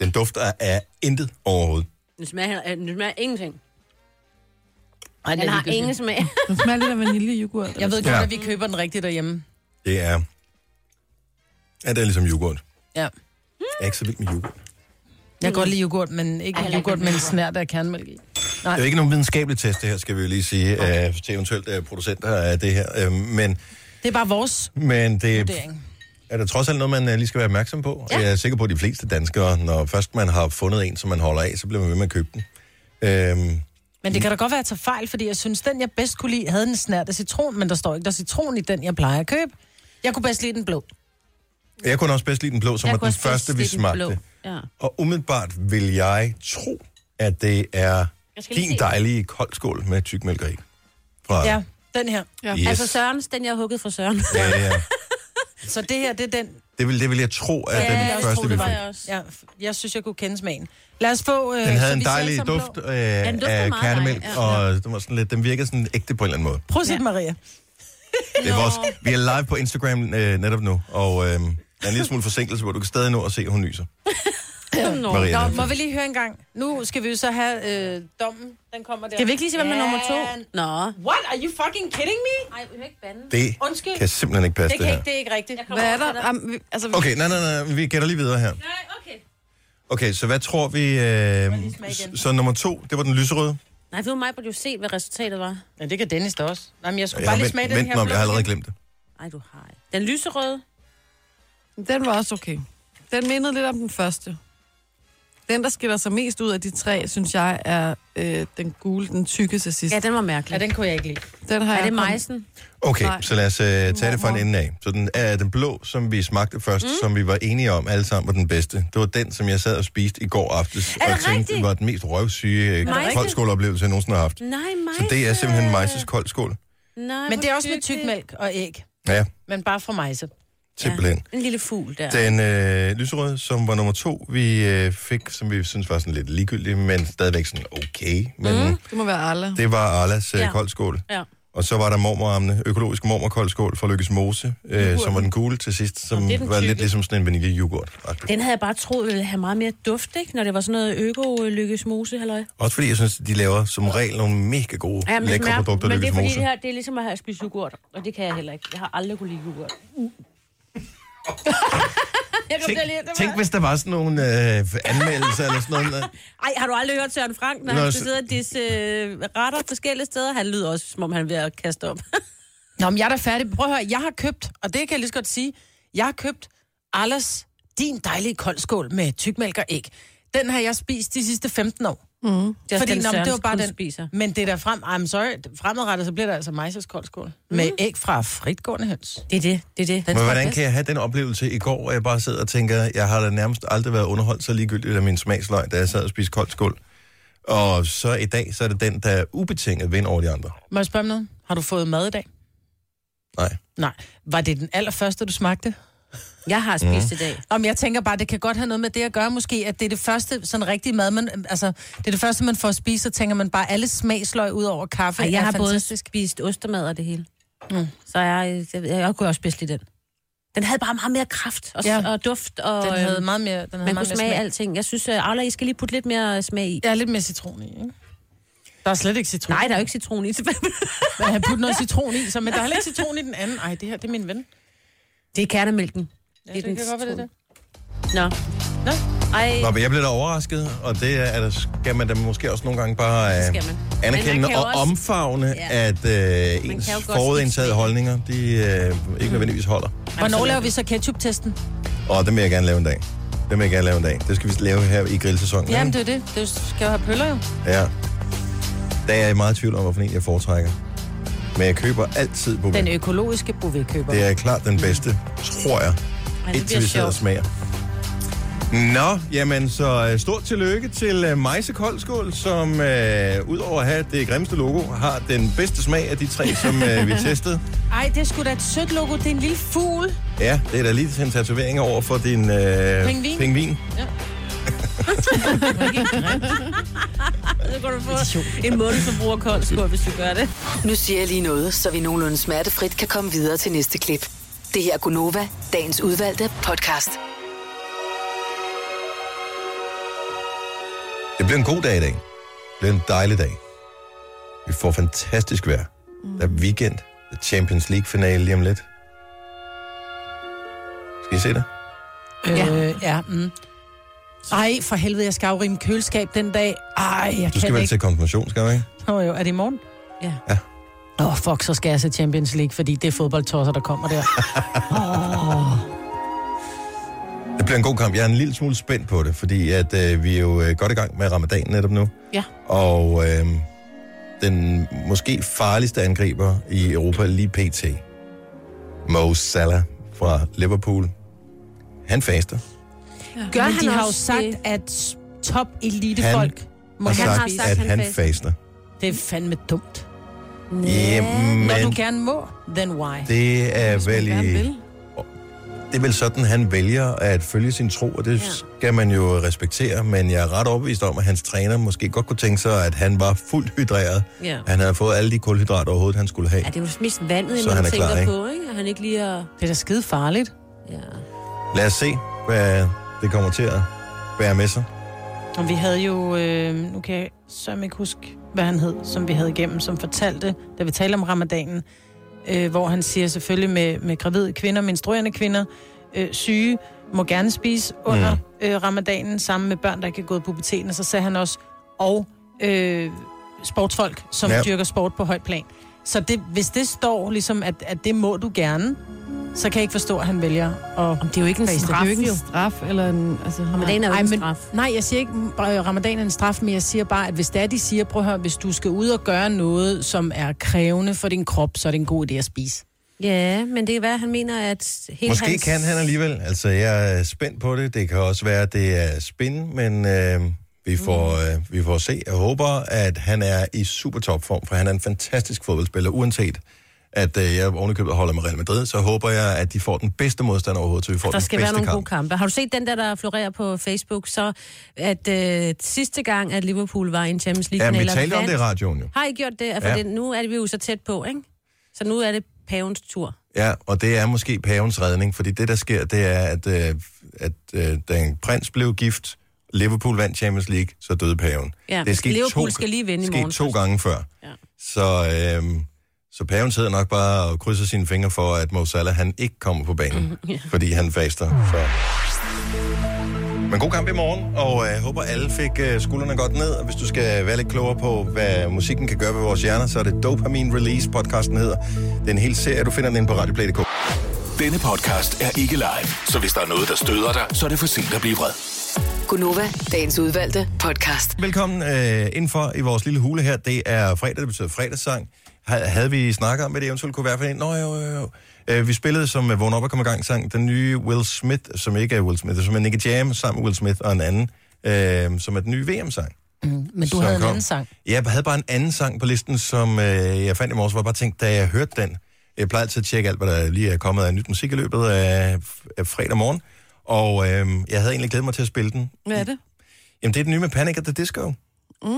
[SPEAKER 2] den dufter af intet overhovedet.
[SPEAKER 5] Den smager, heller- øh, den smager ingenting.
[SPEAKER 6] Ej,
[SPEAKER 5] den,
[SPEAKER 6] den er
[SPEAKER 5] har
[SPEAKER 6] ligegyldig.
[SPEAKER 5] ingen smag.
[SPEAKER 4] Den smager lidt af vaniljeyoghurt.
[SPEAKER 6] Jeg ved
[SPEAKER 2] Ja.
[SPEAKER 6] godt, at vi køber den rigtigt derhjemme.
[SPEAKER 2] Det er... Ja, det er ligesom yoghurt.
[SPEAKER 6] Ja.
[SPEAKER 2] Jeg er ikke så vild med yoghurt.
[SPEAKER 5] Mm.
[SPEAKER 6] Jeg kan godt lide yoghurt, men ikke yoghurt med en snært af kernemælk i. Nej.
[SPEAKER 2] Det er jo ikke nogen videnskabelig test, det her, skal vi jo lige sige, okay. øh, til eventuelt øh, producenter af det her. Øh, men,
[SPEAKER 6] Det er bare vores
[SPEAKER 2] men det,
[SPEAKER 6] vurdering.
[SPEAKER 2] er der trods alt noget, man øh, lige skal være opmærksom på. Ja. Jeg er sikker på, at de fleste danskere, når først man har fundet en, som man holder af, så bliver man ved med at købe den. Øhm,
[SPEAKER 6] Men det kan da godt være, at jeg tager fejl, fordi jeg synes, den jeg bedst kunne lide, havde en snært af citron, men der står ikke, der er citron i den, jeg plejer at købe. Jeg kunne bedst lide den blå.
[SPEAKER 2] jeg kunne også bedst lide den blå, som
[SPEAKER 6] Jeg
[SPEAKER 2] var
[SPEAKER 6] kunne
[SPEAKER 2] den
[SPEAKER 6] også bedst
[SPEAKER 2] første, vi
[SPEAKER 6] lide den
[SPEAKER 2] smagte.
[SPEAKER 6] blå, ja.
[SPEAKER 2] Og umiddelbart vil jeg tro, at det er
[SPEAKER 5] Jeg skal lige
[SPEAKER 2] din
[SPEAKER 5] se den.
[SPEAKER 2] dejlige koldskål med tyk mælkeri. Fra,
[SPEAKER 6] Ja, den her.
[SPEAKER 2] Ja.
[SPEAKER 6] Ja.
[SPEAKER 2] Yes.
[SPEAKER 5] <laughs> Altså Sørens, den jeg har hugget fra Søren.
[SPEAKER 2] ja, ja.
[SPEAKER 6] Så det her, det er den.
[SPEAKER 2] Det, vil, det vil jeg tro, at
[SPEAKER 6] jeg
[SPEAKER 2] ja,
[SPEAKER 6] vil
[SPEAKER 2] den
[SPEAKER 6] også
[SPEAKER 2] første,
[SPEAKER 6] tro,
[SPEAKER 2] vi
[SPEAKER 6] det
[SPEAKER 2] fik.
[SPEAKER 6] var jeg også. Ja, f- jeg synes, jeg kunne kende smagen. Lad os få... Øh,
[SPEAKER 2] Den havde
[SPEAKER 6] så
[SPEAKER 2] en
[SPEAKER 6] vi ser
[SPEAKER 2] dejlig
[SPEAKER 6] sammen
[SPEAKER 2] duft
[SPEAKER 6] blå.
[SPEAKER 2] øh,
[SPEAKER 6] Ja, den dufter
[SPEAKER 2] af
[SPEAKER 6] meget
[SPEAKER 2] kernemælk,
[SPEAKER 6] dejlig,
[SPEAKER 2] ja.
[SPEAKER 6] ja.
[SPEAKER 2] og den, var sådan lidt, den virkede sådan ægte på en eller anden måde.
[SPEAKER 6] Prosit, Maria.
[SPEAKER 2] Det er vores, vi er live på Instagram øh, netop nu, og øh, der er en lille smule forsinkelse, hvor du kan stadig nå at se, at hun nyser.
[SPEAKER 6] Nå,
[SPEAKER 2] Maria,
[SPEAKER 6] Nå,
[SPEAKER 2] den er
[SPEAKER 6] må vi lige høre en gang. Nu skal vi jo så have øh, dommen. Den kommer der.
[SPEAKER 5] Skal vi ikke lige se, hvem er nummer to? Nå.
[SPEAKER 6] What? Are you fucking kidding me?
[SPEAKER 5] Nej, vi ikke bande.
[SPEAKER 2] Det
[SPEAKER 6] Undskyld.
[SPEAKER 2] kan simpelthen ikke passe, det,
[SPEAKER 6] det, kan
[SPEAKER 2] her.
[SPEAKER 6] ikke, det er ikke rigtigt.
[SPEAKER 4] Hvad er der? Am, vi- altså, vi-
[SPEAKER 2] Okay, nej, nej, nej, vi gætter lige videre her.
[SPEAKER 5] okay.
[SPEAKER 2] Okay, så hvad tror vi... Øh, s- så nummer to, det var den lyserøde.
[SPEAKER 5] Nej, det var mig, på jo se, hvad resultatet var.
[SPEAKER 6] Ja, det kan Dennis da også. Nej, men jeg
[SPEAKER 2] Jeg har vendt, vendt mig om, jeg har allerede glemt det.
[SPEAKER 5] Nej, du har ikke. Den lyserøde.
[SPEAKER 4] Den var også okay. Den mindede lidt om den første. Den, der skiller sig mest ud af de tre, synes jeg, er øh, den gule, den tykke til sidst.
[SPEAKER 5] Ja, den var mærkelig.
[SPEAKER 6] Ja, den kunne jeg ikke lide.
[SPEAKER 4] Den har
[SPEAKER 5] Er
[SPEAKER 4] jeg
[SPEAKER 5] det
[SPEAKER 4] kun-
[SPEAKER 5] majsen?
[SPEAKER 2] Okay,
[SPEAKER 4] Nej.
[SPEAKER 2] så lad os øh, tage det fra en ende af. Så den, er den blå, som vi smagte først, mm. som vi var enige om alle sammen, var den bedste. Det var den, som jeg sad og spiste i går aftes,
[SPEAKER 5] Er det
[SPEAKER 2] og tænkte,
[SPEAKER 5] rigtigt?
[SPEAKER 2] var den mest røvsyge øh,
[SPEAKER 5] Majse?
[SPEAKER 2] koldskåloplevelse, jeg nogensinde har haft.
[SPEAKER 5] Nej,
[SPEAKER 2] Så
[SPEAKER 5] majsen.
[SPEAKER 2] det er simpelthen Majses koldskål.
[SPEAKER 5] Nej,
[SPEAKER 6] Men det er også med
[SPEAKER 5] tyk
[SPEAKER 6] tyk mælk og æg.
[SPEAKER 2] Ja,
[SPEAKER 6] Men bare fra majse.
[SPEAKER 2] simpelthen.
[SPEAKER 5] En lille fugl der.
[SPEAKER 2] Ja. Den øh, lyserøde, som var nummer to, vi øh, fik, som vi synes var sådan lidt ligegyldig, men stadigvæk sådan okay. Men mm.
[SPEAKER 4] Det må være Arla.
[SPEAKER 2] det var Arlas øh,
[SPEAKER 5] Ja.
[SPEAKER 2] koldskål.
[SPEAKER 5] Ja.
[SPEAKER 2] Og så var der mormoramne, økologisk mormorkoldskål fra Lykkes Mose, øh, som var den gule til sidst, som
[SPEAKER 5] det er den
[SPEAKER 2] var lidt
[SPEAKER 5] tykke.
[SPEAKER 2] ligesom sådan en vaniljeyoghurt.
[SPEAKER 5] Den havde jeg bare troet ville have meget mere duft, ikke? Når det var sådan noget øko-lykkesmose, halløj.
[SPEAKER 2] Også fordi jeg synes, de laver som regel nogle mega gode, ja,
[SPEAKER 5] det
[SPEAKER 2] lækre
[SPEAKER 5] smager-
[SPEAKER 2] produkter,
[SPEAKER 5] men det er
[SPEAKER 2] Lykkes
[SPEAKER 5] fordi,
[SPEAKER 2] Mose.
[SPEAKER 5] det her, det er ligesom at have spist yoghurt, og det kan jeg heller ikke. Jeg har aldrig kunne lide yoghurt. jeg kom
[SPEAKER 2] Tænk,
[SPEAKER 5] til at lide, det
[SPEAKER 2] tænk,
[SPEAKER 5] var...
[SPEAKER 2] hvis der var sådan nogle øh, anmeldelser eller sådan noget.
[SPEAKER 5] <laughs> Ej, har du aldrig hørt Søren Frank, når
[SPEAKER 2] Nå,
[SPEAKER 5] han
[SPEAKER 2] så-
[SPEAKER 5] skal sidde og disse øh, retter forskellige steder? Han lyder også, som om han er ved at
[SPEAKER 6] <laughs>
[SPEAKER 5] kaste op.
[SPEAKER 6] Nå, men jeg er da færdig. Prøv at høre, jeg har købt, og det kan jeg lige så godt sige, jeg har købt Arlas, din dejlige koldskål med tykmælk og æg. Den har jeg spist de sidste 15 år. Mm.
[SPEAKER 5] Det er
[SPEAKER 6] Fordi
[SPEAKER 5] den
[SPEAKER 6] nå, men det var
[SPEAKER 5] Sørens
[SPEAKER 6] bare
[SPEAKER 5] kun
[SPEAKER 6] den.
[SPEAKER 5] spiser.
[SPEAKER 6] Spiser. Men det der frem, I'm sorry, fremadrettet, så bliver der altså majses koldskål. Mm. Med æg fra fritgående høns.
[SPEAKER 5] Det er det, det er det.
[SPEAKER 6] Den
[SPEAKER 2] Men
[SPEAKER 6] smager
[SPEAKER 2] hvordan
[SPEAKER 6] bedst.
[SPEAKER 2] kan jeg have den oplevelse i går, hvor jeg bare sidder og tænker, jeg har da nærmest aldrig været underholdt så ligegyldigt af min smagsløg, da jeg sad og spiste koldt skål. Og så i dag, så er det den, der ubetinget vinder over de andre.
[SPEAKER 6] Må jeg spørge om noget? Har du fået mad i dag?
[SPEAKER 2] Nej.
[SPEAKER 6] Nej. Var det den allerførste, du smagte?
[SPEAKER 5] Jeg har spist i dag.
[SPEAKER 6] Om jeg tænker bare, det kan godt have noget med det at gøre måske, at det er det første sådan rigtig mad, man, altså, det er det første, man får at spise, så tænker man bare, alle smagsløg ud over kaffe.
[SPEAKER 5] Ej, jeg
[SPEAKER 6] er
[SPEAKER 5] har både
[SPEAKER 6] fantastisk.
[SPEAKER 5] spist ostemad og det hele. Mm. Så jeg, jeg, jeg kunne også bedst lide den. Den havde bare meget mere kraft og, ja.
[SPEAKER 6] Ja.
[SPEAKER 5] og duft, og
[SPEAKER 6] Den havde
[SPEAKER 5] øhm,
[SPEAKER 6] meget mere, den havde
[SPEAKER 5] man kunne
[SPEAKER 6] meget
[SPEAKER 5] smage,
[SPEAKER 6] mere smag.
[SPEAKER 5] alting. Jeg synes, uh, Arla, I skal lige putte lidt mere øh, smag i.
[SPEAKER 6] Jeg er lidt mere citron i, ikke? Der er slet ikke <laughs> citron.
[SPEAKER 5] Nej, der er jo ikke citron i <laughs> tilbage.
[SPEAKER 6] Jeg har puttet noget citron i, så, men der er heller ikke citron i den anden. Ej, det her, det er min ven.
[SPEAKER 5] det er kernemælken.
[SPEAKER 6] Ja, det, det kan godt være det der.
[SPEAKER 5] Nå.
[SPEAKER 6] Nå.
[SPEAKER 5] Ej,
[SPEAKER 2] Nå, men jeg blev da overrasket, og det er, er der, skal man da måske også nogle gange bare øh,
[SPEAKER 5] skal man. Men man
[SPEAKER 2] anerkende
[SPEAKER 5] kan
[SPEAKER 2] og
[SPEAKER 5] jo også-
[SPEAKER 2] omfavne,
[SPEAKER 5] Ja.
[SPEAKER 2] at øh, ens
[SPEAKER 5] kan jo godt Mm.
[SPEAKER 2] forudindtagede holdninger, de øh, ikke nødvendigvis holder.
[SPEAKER 6] Hvornår laver vi så ketchup-testen?
[SPEAKER 2] Og det vil jeg gerne lave en dag. Det vil jeg gerne lave en dag. Det skal vi lave her i grillsæsonen.
[SPEAKER 6] Jamen, det er jo det. Du skal jo have pøller, jo.
[SPEAKER 2] Ja. Der er jeg meget i tvivl om, hvilken en jeg foretrækker. Men jeg køber altid på
[SPEAKER 6] Den økologiske bouvet køber.
[SPEAKER 2] Det er klart den bedste, tror jeg.
[SPEAKER 5] Ej, det
[SPEAKER 2] Indtil
[SPEAKER 5] bliver
[SPEAKER 2] vi sidder og
[SPEAKER 5] sjovt.
[SPEAKER 2] smager. Nå, jamen så øh, stort tillykke til øh, Majse Koldskål, som øh, udover at have det grimmeste logo, har den bedste smag af de tre, som
[SPEAKER 5] <laughs>
[SPEAKER 2] øh, vi testede.
[SPEAKER 6] Ej, det er sgu da et sødt logo. Det er en lille fugl.
[SPEAKER 2] Ja, det er da lige til en tatovering over for din øh,
[SPEAKER 6] Pingvin.
[SPEAKER 2] pingvin.
[SPEAKER 5] <laughs> Så kan du få en måned for brugerkoldskål, hvis du gør det.
[SPEAKER 7] Nu siger jeg lige noget, så vi nogenlunde smertefrit kan komme videre til næste klip. Det her er Gunova, dagens udvalgte podcast.
[SPEAKER 2] Det bliver en god dag i dag. Det bliver en dejlig dag. Vi får fantastisk vejr.
[SPEAKER 5] Mm.
[SPEAKER 2] Der er weekend. Der er Champions League-finale lige om lidt. Skal I se det?
[SPEAKER 6] Ja. Øh, ja, mm. Ej, for helvede, jeg skal afrime køleskab den dag. Ej, jeg
[SPEAKER 2] Du skal
[SPEAKER 6] kan
[SPEAKER 2] vel
[SPEAKER 6] ikke.
[SPEAKER 2] til konfirmation, skal du ikke?
[SPEAKER 6] Nå jo, er det i morgen?
[SPEAKER 5] Ja.
[SPEAKER 2] Ja.
[SPEAKER 6] Åh, oh, fuck, så skal jeg se Champions League, fordi det er fodboldtosser, der kommer der.
[SPEAKER 2] Det bliver en god kamp. Jeg er en lille smule spændt på det, fordi at, øh, vi er jo øh, godt i gang med ramadan netop nu.
[SPEAKER 6] Ja.
[SPEAKER 2] Og øh, den måske farligste angriber i Europa lige pt. Mo Salah fra Liverpool. Han faster.
[SPEAKER 6] Gør Men
[SPEAKER 5] han
[SPEAKER 6] de har jo
[SPEAKER 5] også
[SPEAKER 6] sagt,
[SPEAKER 5] det?
[SPEAKER 6] at top elitefolk må
[SPEAKER 2] har
[SPEAKER 6] gerne
[SPEAKER 2] sagt,
[SPEAKER 6] spise.
[SPEAKER 2] at han faster.
[SPEAKER 6] Det er fandme dumt.
[SPEAKER 2] Jamen.
[SPEAKER 6] Når du gerne må, then why?
[SPEAKER 2] Det er
[SPEAKER 6] man
[SPEAKER 2] vel
[SPEAKER 6] gerne
[SPEAKER 2] i...
[SPEAKER 6] vil.
[SPEAKER 2] Det er vel sådan, han vælger at følge sin tro, og det ja. skal man jo respektere. Men jeg er ret overbevist om, at hans træner måske godt kunne tænke sig, at han var fuldt hydreret.
[SPEAKER 5] Ja.
[SPEAKER 2] Han havde fået alle de kulhydrater overhovedet, han skulle have.
[SPEAKER 5] Ja, det er jo mest vandet,
[SPEAKER 2] Så
[SPEAKER 5] man
[SPEAKER 2] han er
[SPEAKER 5] tænker
[SPEAKER 2] klar, ikke?
[SPEAKER 5] på, ikke? At han ikke lige er...
[SPEAKER 6] Det er da skide farligt.
[SPEAKER 2] Lad os se, hvad det kommer til at bære med sig.
[SPEAKER 6] Og vi havde jo, øh, nu kan jeg sørme ikke huske, hvad han hed, som vi havde igennem, som fortalte, da vi talte om ramadanen, øh, hvor han siger selvfølgelig med, med gravide kvinder, menstruerende kvinder, øh, syge, må gerne spise under
[SPEAKER 12] Mm.
[SPEAKER 6] mm. øh, ramadanen, sammen med børn, der ikke er gået i puberteten, og så sagde han også, og øh, sportsfolk, som
[SPEAKER 12] Ja.
[SPEAKER 6] ja. dyrker sport på højt plan. Så det, hvis det står ligesom, at, at det må du gerne, så kan jeg ikke forstå, at han vælger at...
[SPEAKER 5] Det er jo ikke
[SPEAKER 6] en
[SPEAKER 3] Det er jo ikke en straf, eller en... Altså,
[SPEAKER 6] Ramadan er jo
[SPEAKER 3] nej,
[SPEAKER 6] ikke en
[SPEAKER 3] men- Nej, jeg siger ikke, at ramadan er en straf, men jeg siger bare, at hvis det er, de siger, prøv at høre, hvis du skal ud og gøre noget, som er krævende for din krop, så er det en god idé at spise.
[SPEAKER 5] Ja, men det kan være, at han mener, at hele
[SPEAKER 2] Måske
[SPEAKER 5] hans...
[SPEAKER 2] kan han alligevel. Altså, jeg er spændt på det. Det kan også være, at det er spin, men øh, vi, får,
[SPEAKER 5] Mm.
[SPEAKER 2] øh, vi får se. Jeg håber, at han er i super topform, for han er en fantastisk fodboldspiller, uanset at øh, jeg ovenikøbet holder med Real Madrid, så håber jeg, at de får den bedste modstander overhovedet, så vi får
[SPEAKER 5] Der
[SPEAKER 2] den
[SPEAKER 5] skal være
[SPEAKER 2] bedste
[SPEAKER 5] nogle
[SPEAKER 2] kamp.
[SPEAKER 5] gode kampe. Har du set den der, der florerer på Facebook, så at øh, sidste gang, at Liverpool var i en Champions League
[SPEAKER 2] Ja, men vi
[SPEAKER 5] eller
[SPEAKER 2] talte om
[SPEAKER 5] vandt-
[SPEAKER 2] det i radioen jo.
[SPEAKER 5] Har I gjort det? For
[SPEAKER 2] Ja.
[SPEAKER 5] ja. det, nu er vi jo så tæt på, ikke? Så nu er det pavens tur.
[SPEAKER 2] Ja, og det er måske pavens redning, fordi det, der sker, det er, at, øh, at øh, da en prins blev gift, Liverpool vandt Champions League, så døde paven.
[SPEAKER 5] Ja,
[SPEAKER 2] det er sket
[SPEAKER 5] Liverpool skal lige vinde i
[SPEAKER 2] sket
[SPEAKER 5] morgen
[SPEAKER 2] to gange før. Ja. Så, øh, så paven sidder nok bare og krydser sine fingre for, at Mo Salah, han ikke kommer på banen,
[SPEAKER 5] Mhm, ja.
[SPEAKER 2] fordi han faster. Så. Men god kamp i morgen, og jeg øh, håber, alle fik øh, skuldrene godt ned. Og hvis du skal være lidt klogere på, hvad musikken kan gøre ved vores hjerner, så er det Dopamine Release, podcasten hedder. Det er en hel serie, du finder den inde på radioplay.dk.
[SPEAKER 8] Denne podcast er ikke live, så hvis der er noget, der støder dig, så er det for sent at blive vred.
[SPEAKER 7] Gunova, dagens udvalgte podcast.
[SPEAKER 2] Velkommen øh, indenfor i vores lille hule her. Det er fredag, det betyder fredagssang. Ha- Havde vi snakket om, hvad det eventuelt kunne være for en? Nå, jo, jo, jo. Øh, vi spillede som øh, Vågn op og kom i gang sang, den nye Will Smith, som ikke er Will Smith, som er Nicky Jam sammen med Will Smith og en anden, øh, som er den nye VM-sang.
[SPEAKER 6] Mm, men du
[SPEAKER 2] som
[SPEAKER 6] havde en
[SPEAKER 2] kom.
[SPEAKER 6] anden sang.
[SPEAKER 2] Jeg havde bare en anden sang på listen, som øh, jeg fandt i morges, hvor jeg bare tænkte, da jeg hørte den, jeg plejer altid at tjekke alt, hvad der lige er kommet af nyt musik i løbet af, af fredag morgen, og øh, jeg havde egentlig glædet mig til at spille den.
[SPEAKER 4] Hvad er det?
[SPEAKER 2] Jamen, det er den nye med Panic at the Disco.
[SPEAKER 4] Mm.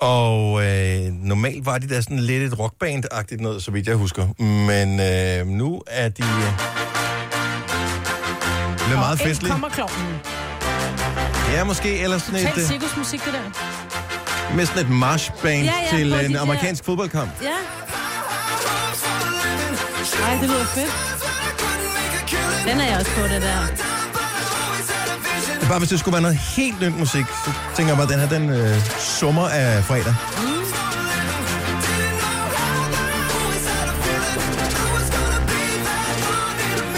[SPEAKER 2] Og øh, normalt var de der sådan lidt et rockband-agtigt noget, så vidt jeg husker. Men øh, nu er de... Øh, det er meget festligt.
[SPEAKER 6] kommer klokken.
[SPEAKER 2] Ja, måske eller sådan
[SPEAKER 6] Total
[SPEAKER 2] et, øh,
[SPEAKER 6] cirkusmusik, musik, det der.
[SPEAKER 2] med sådan et marshband
[SPEAKER 6] Ja,
[SPEAKER 2] ja, ja,
[SPEAKER 6] ja,
[SPEAKER 2] til
[SPEAKER 6] på
[SPEAKER 2] øh, en
[SPEAKER 6] de der-
[SPEAKER 2] amerikansk fodboldkamp.
[SPEAKER 5] Ja.
[SPEAKER 4] Ej, det lyder fedt.
[SPEAKER 5] Den er jeg også på, det der.
[SPEAKER 2] Bare hvis det skulle være noget helt nyt musik, så tænker jeg bare, den her, den øh, summer af fredag.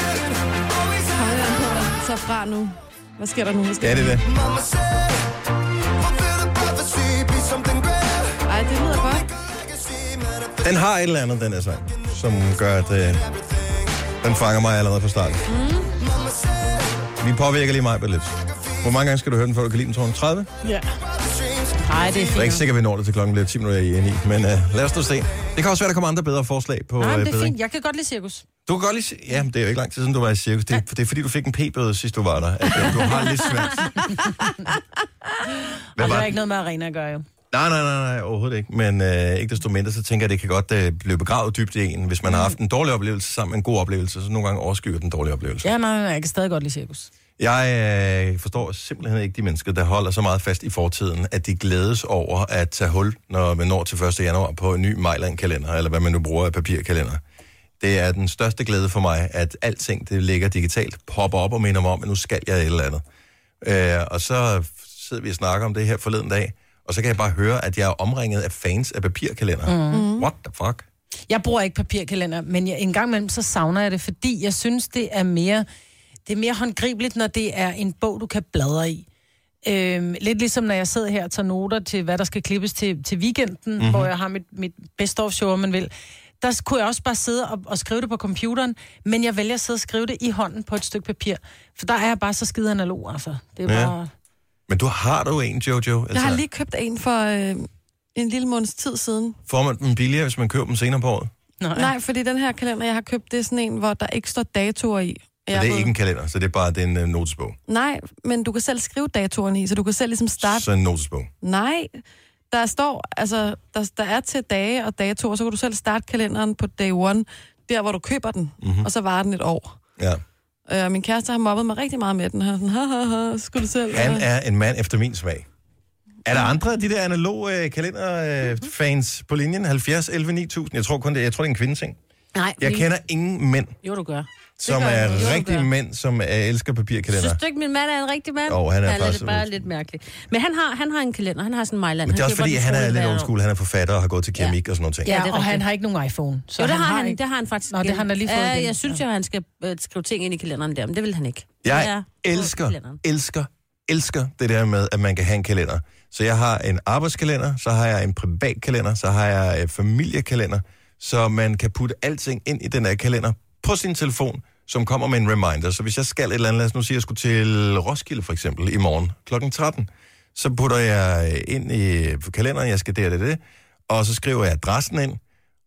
[SPEAKER 4] Kom her på. Så fra nu. Hvad sker der nu? Hvad sker
[SPEAKER 2] Ja, det er det.
[SPEAKER 4] Ej, det lyder godt.
[SPEAKER 2] Den har et eller andet, den her sang, som gør, at øh, den fanger mig allerede fra starten. Vi påvirker lige mig på lidt. Hvor mange gange skal du høre den, før du kan lide den, tror jeg? 30?
[SPEAKER 6] Ja. Nej, det er
[SPEAKER 2] Jeg er ikke
[SPEAKER 6] fint.
[SPEAKER 2] sikker, vi når det til klokken bliver 10 minutter i ni, men uh, lad os nu se. Det kan også være, der kommer andre bedre forslag på
[SPEAKER 6] Nej,
[SPEAKER 2] øh,
[SPEAKER 6] Ah, men det er
[SPEAKER 2] bedring.
[SPEAKER 6] fint. Jeg kan godt lide cirkus.
[SPEAKER 2] Du kan godt lige se... Ja, men det er jo ikke lang tid siden, du var i cirkus. Det, er- det er fordi, du fik en p-bøde, sidst du var der. At, øh, du har lidt
[SPEAKER 6] <laughs>
[SPEAKER 2] svært. Hvad
[SPEAKER 6] Og det
[SPEAKER 2] var
[SPEAKER 6] har
[SPEAKER 2] det?
[SPEAKER 6] ikke noget med arena at gøre, jo.
[SPEAKER 2] Nej, nej, nej, nej, overhovedet ikke. Men øh, ikke desto mindre, så tænker jeg, det kan godt øh, blive begravet dybt i en. Hvis man har haft en dårlig oplevelse sammen med en god oplevelse, så nogle gange overskygger den dårlige oplevelse.
[SPEAKER 6] Ja, nej, nej, nej, jeg kan stadig godt lide cirkus.
[SPEAKER 2] Jeg øh, forstår simpelthen ikke de mennesker, der holder så meget fast i fortiden, at de glædes over at tage hul, når man når til 1. januar på en ny Mejland-kalender, eller hvad man nu bruger af papirkalender. Det er den største glæde for mig, at alting, det ligger digitalt, popper op og minder mig om, at nu skal jeg et eller andet. Øh, og så sidder vi og snakker om det her forleden dag, og så kan jeg bare høre, at jeg er omringet af fans af papirkalender. Mm.
[SPEAKER 6] Mhm.
[SPEAKER 2] What the fuck?
[SPEAKER 6] Jeg bruger ikke papirkalender, men jeg, en gang imellem, så savner jeg det, fordi jeg synes, det er mere... Det er mere håndgribeligt, når det er en bog, du kan bladre i. Øhm, lidt ligesom når jeg sidder her og tager noter til, hvad der skal klippes til, til weekenden,
[SPEAKER 3] Mhm.
[SPEAKER 6] mm-hmm. hvor jeg har mit, mit best of show, om man vil. Der s- kunne jeg også bare sidde og, og skrive det på computeren, men jeg vælger at sidde og skrive det i hånden på et stykke papir. For der er jeg bare så skide analog, altså. Det er
[SPEAKER 2] Ja.
[SPEAKER 6] ja. bare...
[SPEAKER 2] Men du har du en, Jojo. Altså,
[SPEAKER 4] Jeg har lige købt en for øh, en lille måneds tid siden.
[SPEAKER 2] Får man dem billigere, hvis man køber dem senere på året?
[SPEAKER 6] Nej.
[SPEAKER 4] Nej, fordi den her kalender, jeg har købt, det er sådan en, hvor der ikke står datoer i.
[SPEAKER 2] Så
[SPEAKER 4] Jeg
[SPEAKER 2] det er
[SPEAKER 4] ved-
[SPEAKER 2] ikke en kalender, så det er bare det er en øh, notesbog.
[SPEAKER 4] Nej, men du kan selv skrive datoerne i, så du kan selv ligesom starte...
[SPEAKER 2] Så en notesbog.
[SPEAKER 4] Nej, der står, altså, der, der er til dage og datoer, så kan du selv starte kalenderen på day one, der hvor du køber den,
[SPEAKER 2] Mhm.
[SPEAKER 4] mm-hmm. og så varer den et år.
[SPEAKER 2] Ja.
[SPEAKER 4] Øh, min kæreste har mobbet mig rigtig meget med den. Han er sådan, ha, ha, ha, skulle du selv... øh,
[SPEAKER 2] Han er en mand efter min smag. Er der andre af de der analoge øh, kalenderfans på linjen? 70, 11, 9000? Jeg tror kun det, jeg tror, det er en kvindeting.
[SPEAKER 5] Nej,
[SPEAKER 2] Jeg kender ingen mænd,
[SPEAKER 5] Jo, du gør.
[SPEAKER 2] som
[SPEAKER 5] gør
[SPEAKER 2] er
[SPEAKER 5] jeg. Jo, du
[SPEAKER 2] rigtige
[SPEAKER 5] gør.
[SPEAKER 2] mænd, som øh, elsker papirkalender.
[SPEAKER 5] Synes du ikke, min mand er en rigtig mand?
[SPEAKER 2] Jo, han er
[SPEAKER 5] Eller
[SPEAKER 2] faktisk-
[SPEAKER 5] det bare lidt mærkeligt. Men han har, han har en kalender, han har sådan en Mejland.
[SPEAKER 2] Men det er også
[SPEAKER 5] køber
[SPEAKER 2] fordi,
[SPEAKER 5] den
[SPEAKER 2] han er
[SPEAKER 5] skole
[SPEAKER 2] lidt
[SPEAKER 5] hver
[SPEAKER 2] old
[SPEAKER 5] år.
[SPEAKER 2] school. Han er forfatter og har gået til keramik og sådan nogle ting.
[SPEAKER 5] Ja,
[SPEAKER 6] Ja,
[SPEAKER 5] det er
[SPEAKER 6] og
[SPEAKER 5] rigtigt.
[SPEAKER 6] han har ikke nogen iPhone. Så
[SPEAKER 5] jo, det
[SPEAKER 6] han
[SPEAKER 5] har han,
[SPEAKER 6] ikke-
[SPEAKER 5] det har han faktisk.
[SPEAKER 6] Nå, det
[SPEAKER 5] igen.
[SPEAKER 6] har han da lige fået
[SPEAKER 5] Ja,
[SPEAKER 6] igen.
[SPEAKER 5] jeg synes jo, han skal øh, skrive ting ind i kalenderen der, men det vil han ikke. Det er
[SPEAKER 2] Jeg
[SPEAKER 5] på
[SPEAKER 2] elsker,
[SPEAKER 5] kalenderen.
[SPEAKER 2] elsker, elsker det der med, at man kan have en kalender. Så jeg har en arbejdskalender, så har jeg en privat kalender, så har jeg en familiekalender, så man kan putte alting ind i den her kalender på sin telefon, som kommer med en reminder. Så hvis jeg skal et eller andet, lad os nu sige, at jeg skulle til Roskilde for eksempel i morgen kl. 13, så putter jeg øh, ind i kalenderen, jeg skal der, det, det, og så skriver jeg adressen ind,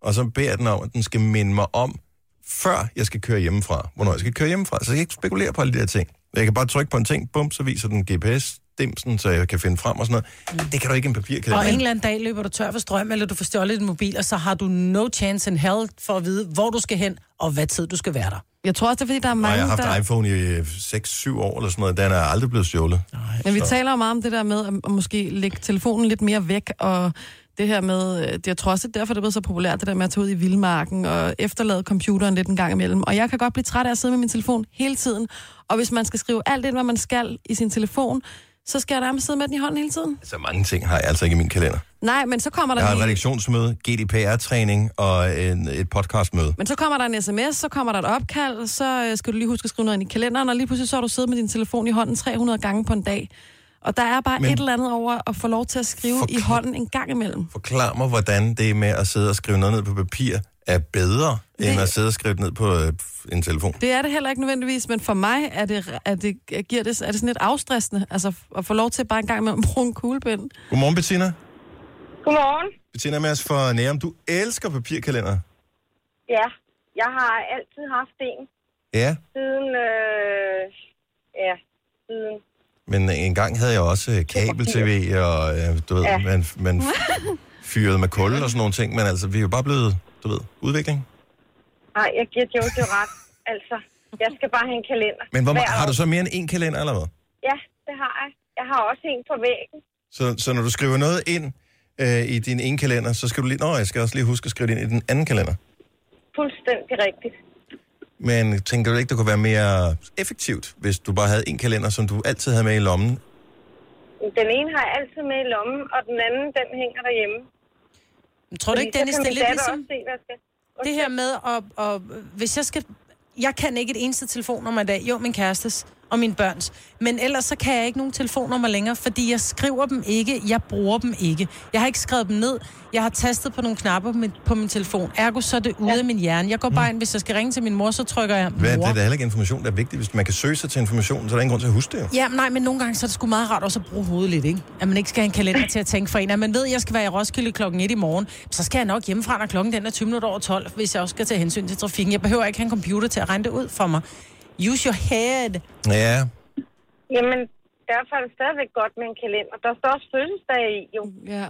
[SPEAKER 2] og så beder jeg den om, at den skal minde mig om, før jeg skal køre hjemmefra, hvornår jeg skal køre hjemmefra, så jeg kan ikke spekulere på alle de der ting. Jeg kan bare trykke på en ting, bum, så viser den GPS-dimsen, så jeg kan finde frem og sådan noget. Det kan du ikke i en papirkalender.
[SPEAKER 6] Og en eller anden dag løber du tør for strøm, eller du får stjålet din mobil, og så har du no chance in hell for at vide, hvor du skal hen, og hvad tid du skal være der.
[SPEAKER 4] Jeg tror også, det er fordi, der er
[SPEAKER 2] Og
[SPEAKER 4] mange,
[SPEAKER 2] jeg har haft
[SPEAKER 4] der...
[SPEAKER 2] iPhone i øh, 6-7 år eller sådan noget. Den er aldrig blevet stjålet.
[SPEAKER 4] Men vi
[SPEAKER 2] Så-
[SPEAKER 4] taler jo meget om det der med at at måske lægge telefonen lidt mere væk, og det her med, øh, det, jeg tror også, det er derfor, det er blevet så populært, det der med at tage ud i vildmarken og efterlade computeren lidt en gang imellem. Og jeg kan godt blive træt af at sidde med min telefon hele tiden, og hvis man skal skrive alt ind, hvad man skal i sin telefon, så skal jeg nærmest sidde med den i hånden hele tiden.
[SPEAKER 2] Så mange ting har jeg altså ikke i min kalender.
[SPEAKER 4] Nej, men så kommer der,
[SPEAKER 2] Jeg har
[SPEAKER 4] en,
[SPEAKER 2] et redaktionsmøde, GDPR-træning og en, et podcastmøde.
[SPEAKER 4] men så kommer der en sms, så kommer der et opkald, så øh, skal du lige huske at skrive noget ind i kalenderen, og lige pludselig så har du siddet med din telefon i hånden 300 gange på en dag. Og der er bare
[SPEAKER 2] Men-
[SPEAKER 4] men... et eller andet over at få lov til at skrive i hånden en gang imellem.
[SPEAKER 2] Forklar mig, hvordan det med at sidde og skrive noget ned på papir er bedre, det... end at sidde og skrive det ned på øh, en telefon.
[SPEAKER 4] Det er det heller ikke nødvendigvis, men for mig er det, er det, giver det, er det sådan lidt afstressende, altså f- at få lov til bare en gang imellem at bruge en kuglepind.
[SPEAKER 2] Godmorgen, Bettina.
[SPEAKER 12] Godmorgen.
[SPEAKER 2] Bettina Mads fra Nærum. Du elsker papirkalender.
[SPEAKER 12] Ja, jeg har altid haft en
[SPEAKER 2] Ja,
[SPEAKER 12] siden... Øh, ja, siden...
[SPEAKER 2] men engang havde jeg også øh, kabel-tv, og øh, du ved,
[SPEAKER 12] Ja.
[SPEAKER 2] ja. man, man
[SPEAKER 12] <laughs>
[SPEAKER 2] fyrede med kul og sådan nogle ting, men altså, vi er jo bare blevet, du ved, udvikling.
[SPEAKER 12] Nej, jeg giver Jojo ret. Altså, jeg skal bare have en kalender.
[SPEAKER 2] Men hvor,
[SPEAKER 12] Hver
[SPEAKER 2] ma- har
[SPEAKER 12] år.
[SPEAKER 2] du så mere end én kalender, eller hvad?
[SPEAKER 12] Ja, det har jeg. Jeg har også en på væggen.
[SPEAKER 2] Så, så når du skriver noget ind øh, i din ene kalender, så skal du lige, nå, jeg skal også lige huske at skrive det ind i den anden kalender.
[SPEAKER 12] Fuldstændig rigtigt.
[SPEAKER 2] Men tænker du ikke, det kunne være mere effektivt, hvis du bare havde en kalender, som du altid havde med i lommen?
[SPEAKER 12] Den ene har jeg altid med i lommen, og den anden, den hænger derhjemme.
[SPEAKER 6] Tror du
[SPEAKER 12] Fordi
[SPEAKER 6] ikke,
[SPEAKER 12] så
[SPEAKER 6] Dennis,
[SPEAKER 12] kan
[SPEAKER 6] det er
[SPEAKER 12] min
[SPEAKER 6] lidt
[SPEAKER 12] datter
[SPEAKER 6] ligesom
[SPEAKER 12] også se, hvad jeg skal.
[SPEAKER 6] det her med, at, og, hvis jeg skal... Jeg kan ikke et eneste telefonnummer i dag. Jo, min kærestes og mine børns. Men ellers så kan jeg ikke nogen telefonnummer længere, fordi jeg skriver dem ikke, jeg bruger dem ikke. Jeg har ikke skrevet dem ned. Jeg har tastet på nogle knapper på min, på min telefon. Ergo så er det ude ja. af min hjerne. Jeg går bare ind, hvis jeg skal ringe til min mor, så trykker jeg
[SPEAKER 2] Hvad, det
[SPEAKER 6] mor.
[SPEAKER 2] er da heller ikke information, der er vigtig. Hvis man kan søge sig til information, så er der ingen grund til at huske det jo.
[SPEAKER 6] Ja, nej, men nogle gange så er det sgu meget rart også at bruge hovedet lidt, ikke? At man ikke skal have en kalender til at tænke for en. At man ved, at jeg skal være i Roskilde klokken 1 i morgen, så skal jeg nok hjemmefra, når klokken den er 20 minutter over 12, hvis jeg også skal tage hensyn til trafikken. Jeg behøver ikke have en computer til at regne det ud for mig. Use your head.
[SPEAKER 2] Ja,
[SPEAKER 12] Jamen, derfor er det stadigvæk godt med en kalender. Der står også fødselsdage i, jo.
[SPEAKER 4] Ja.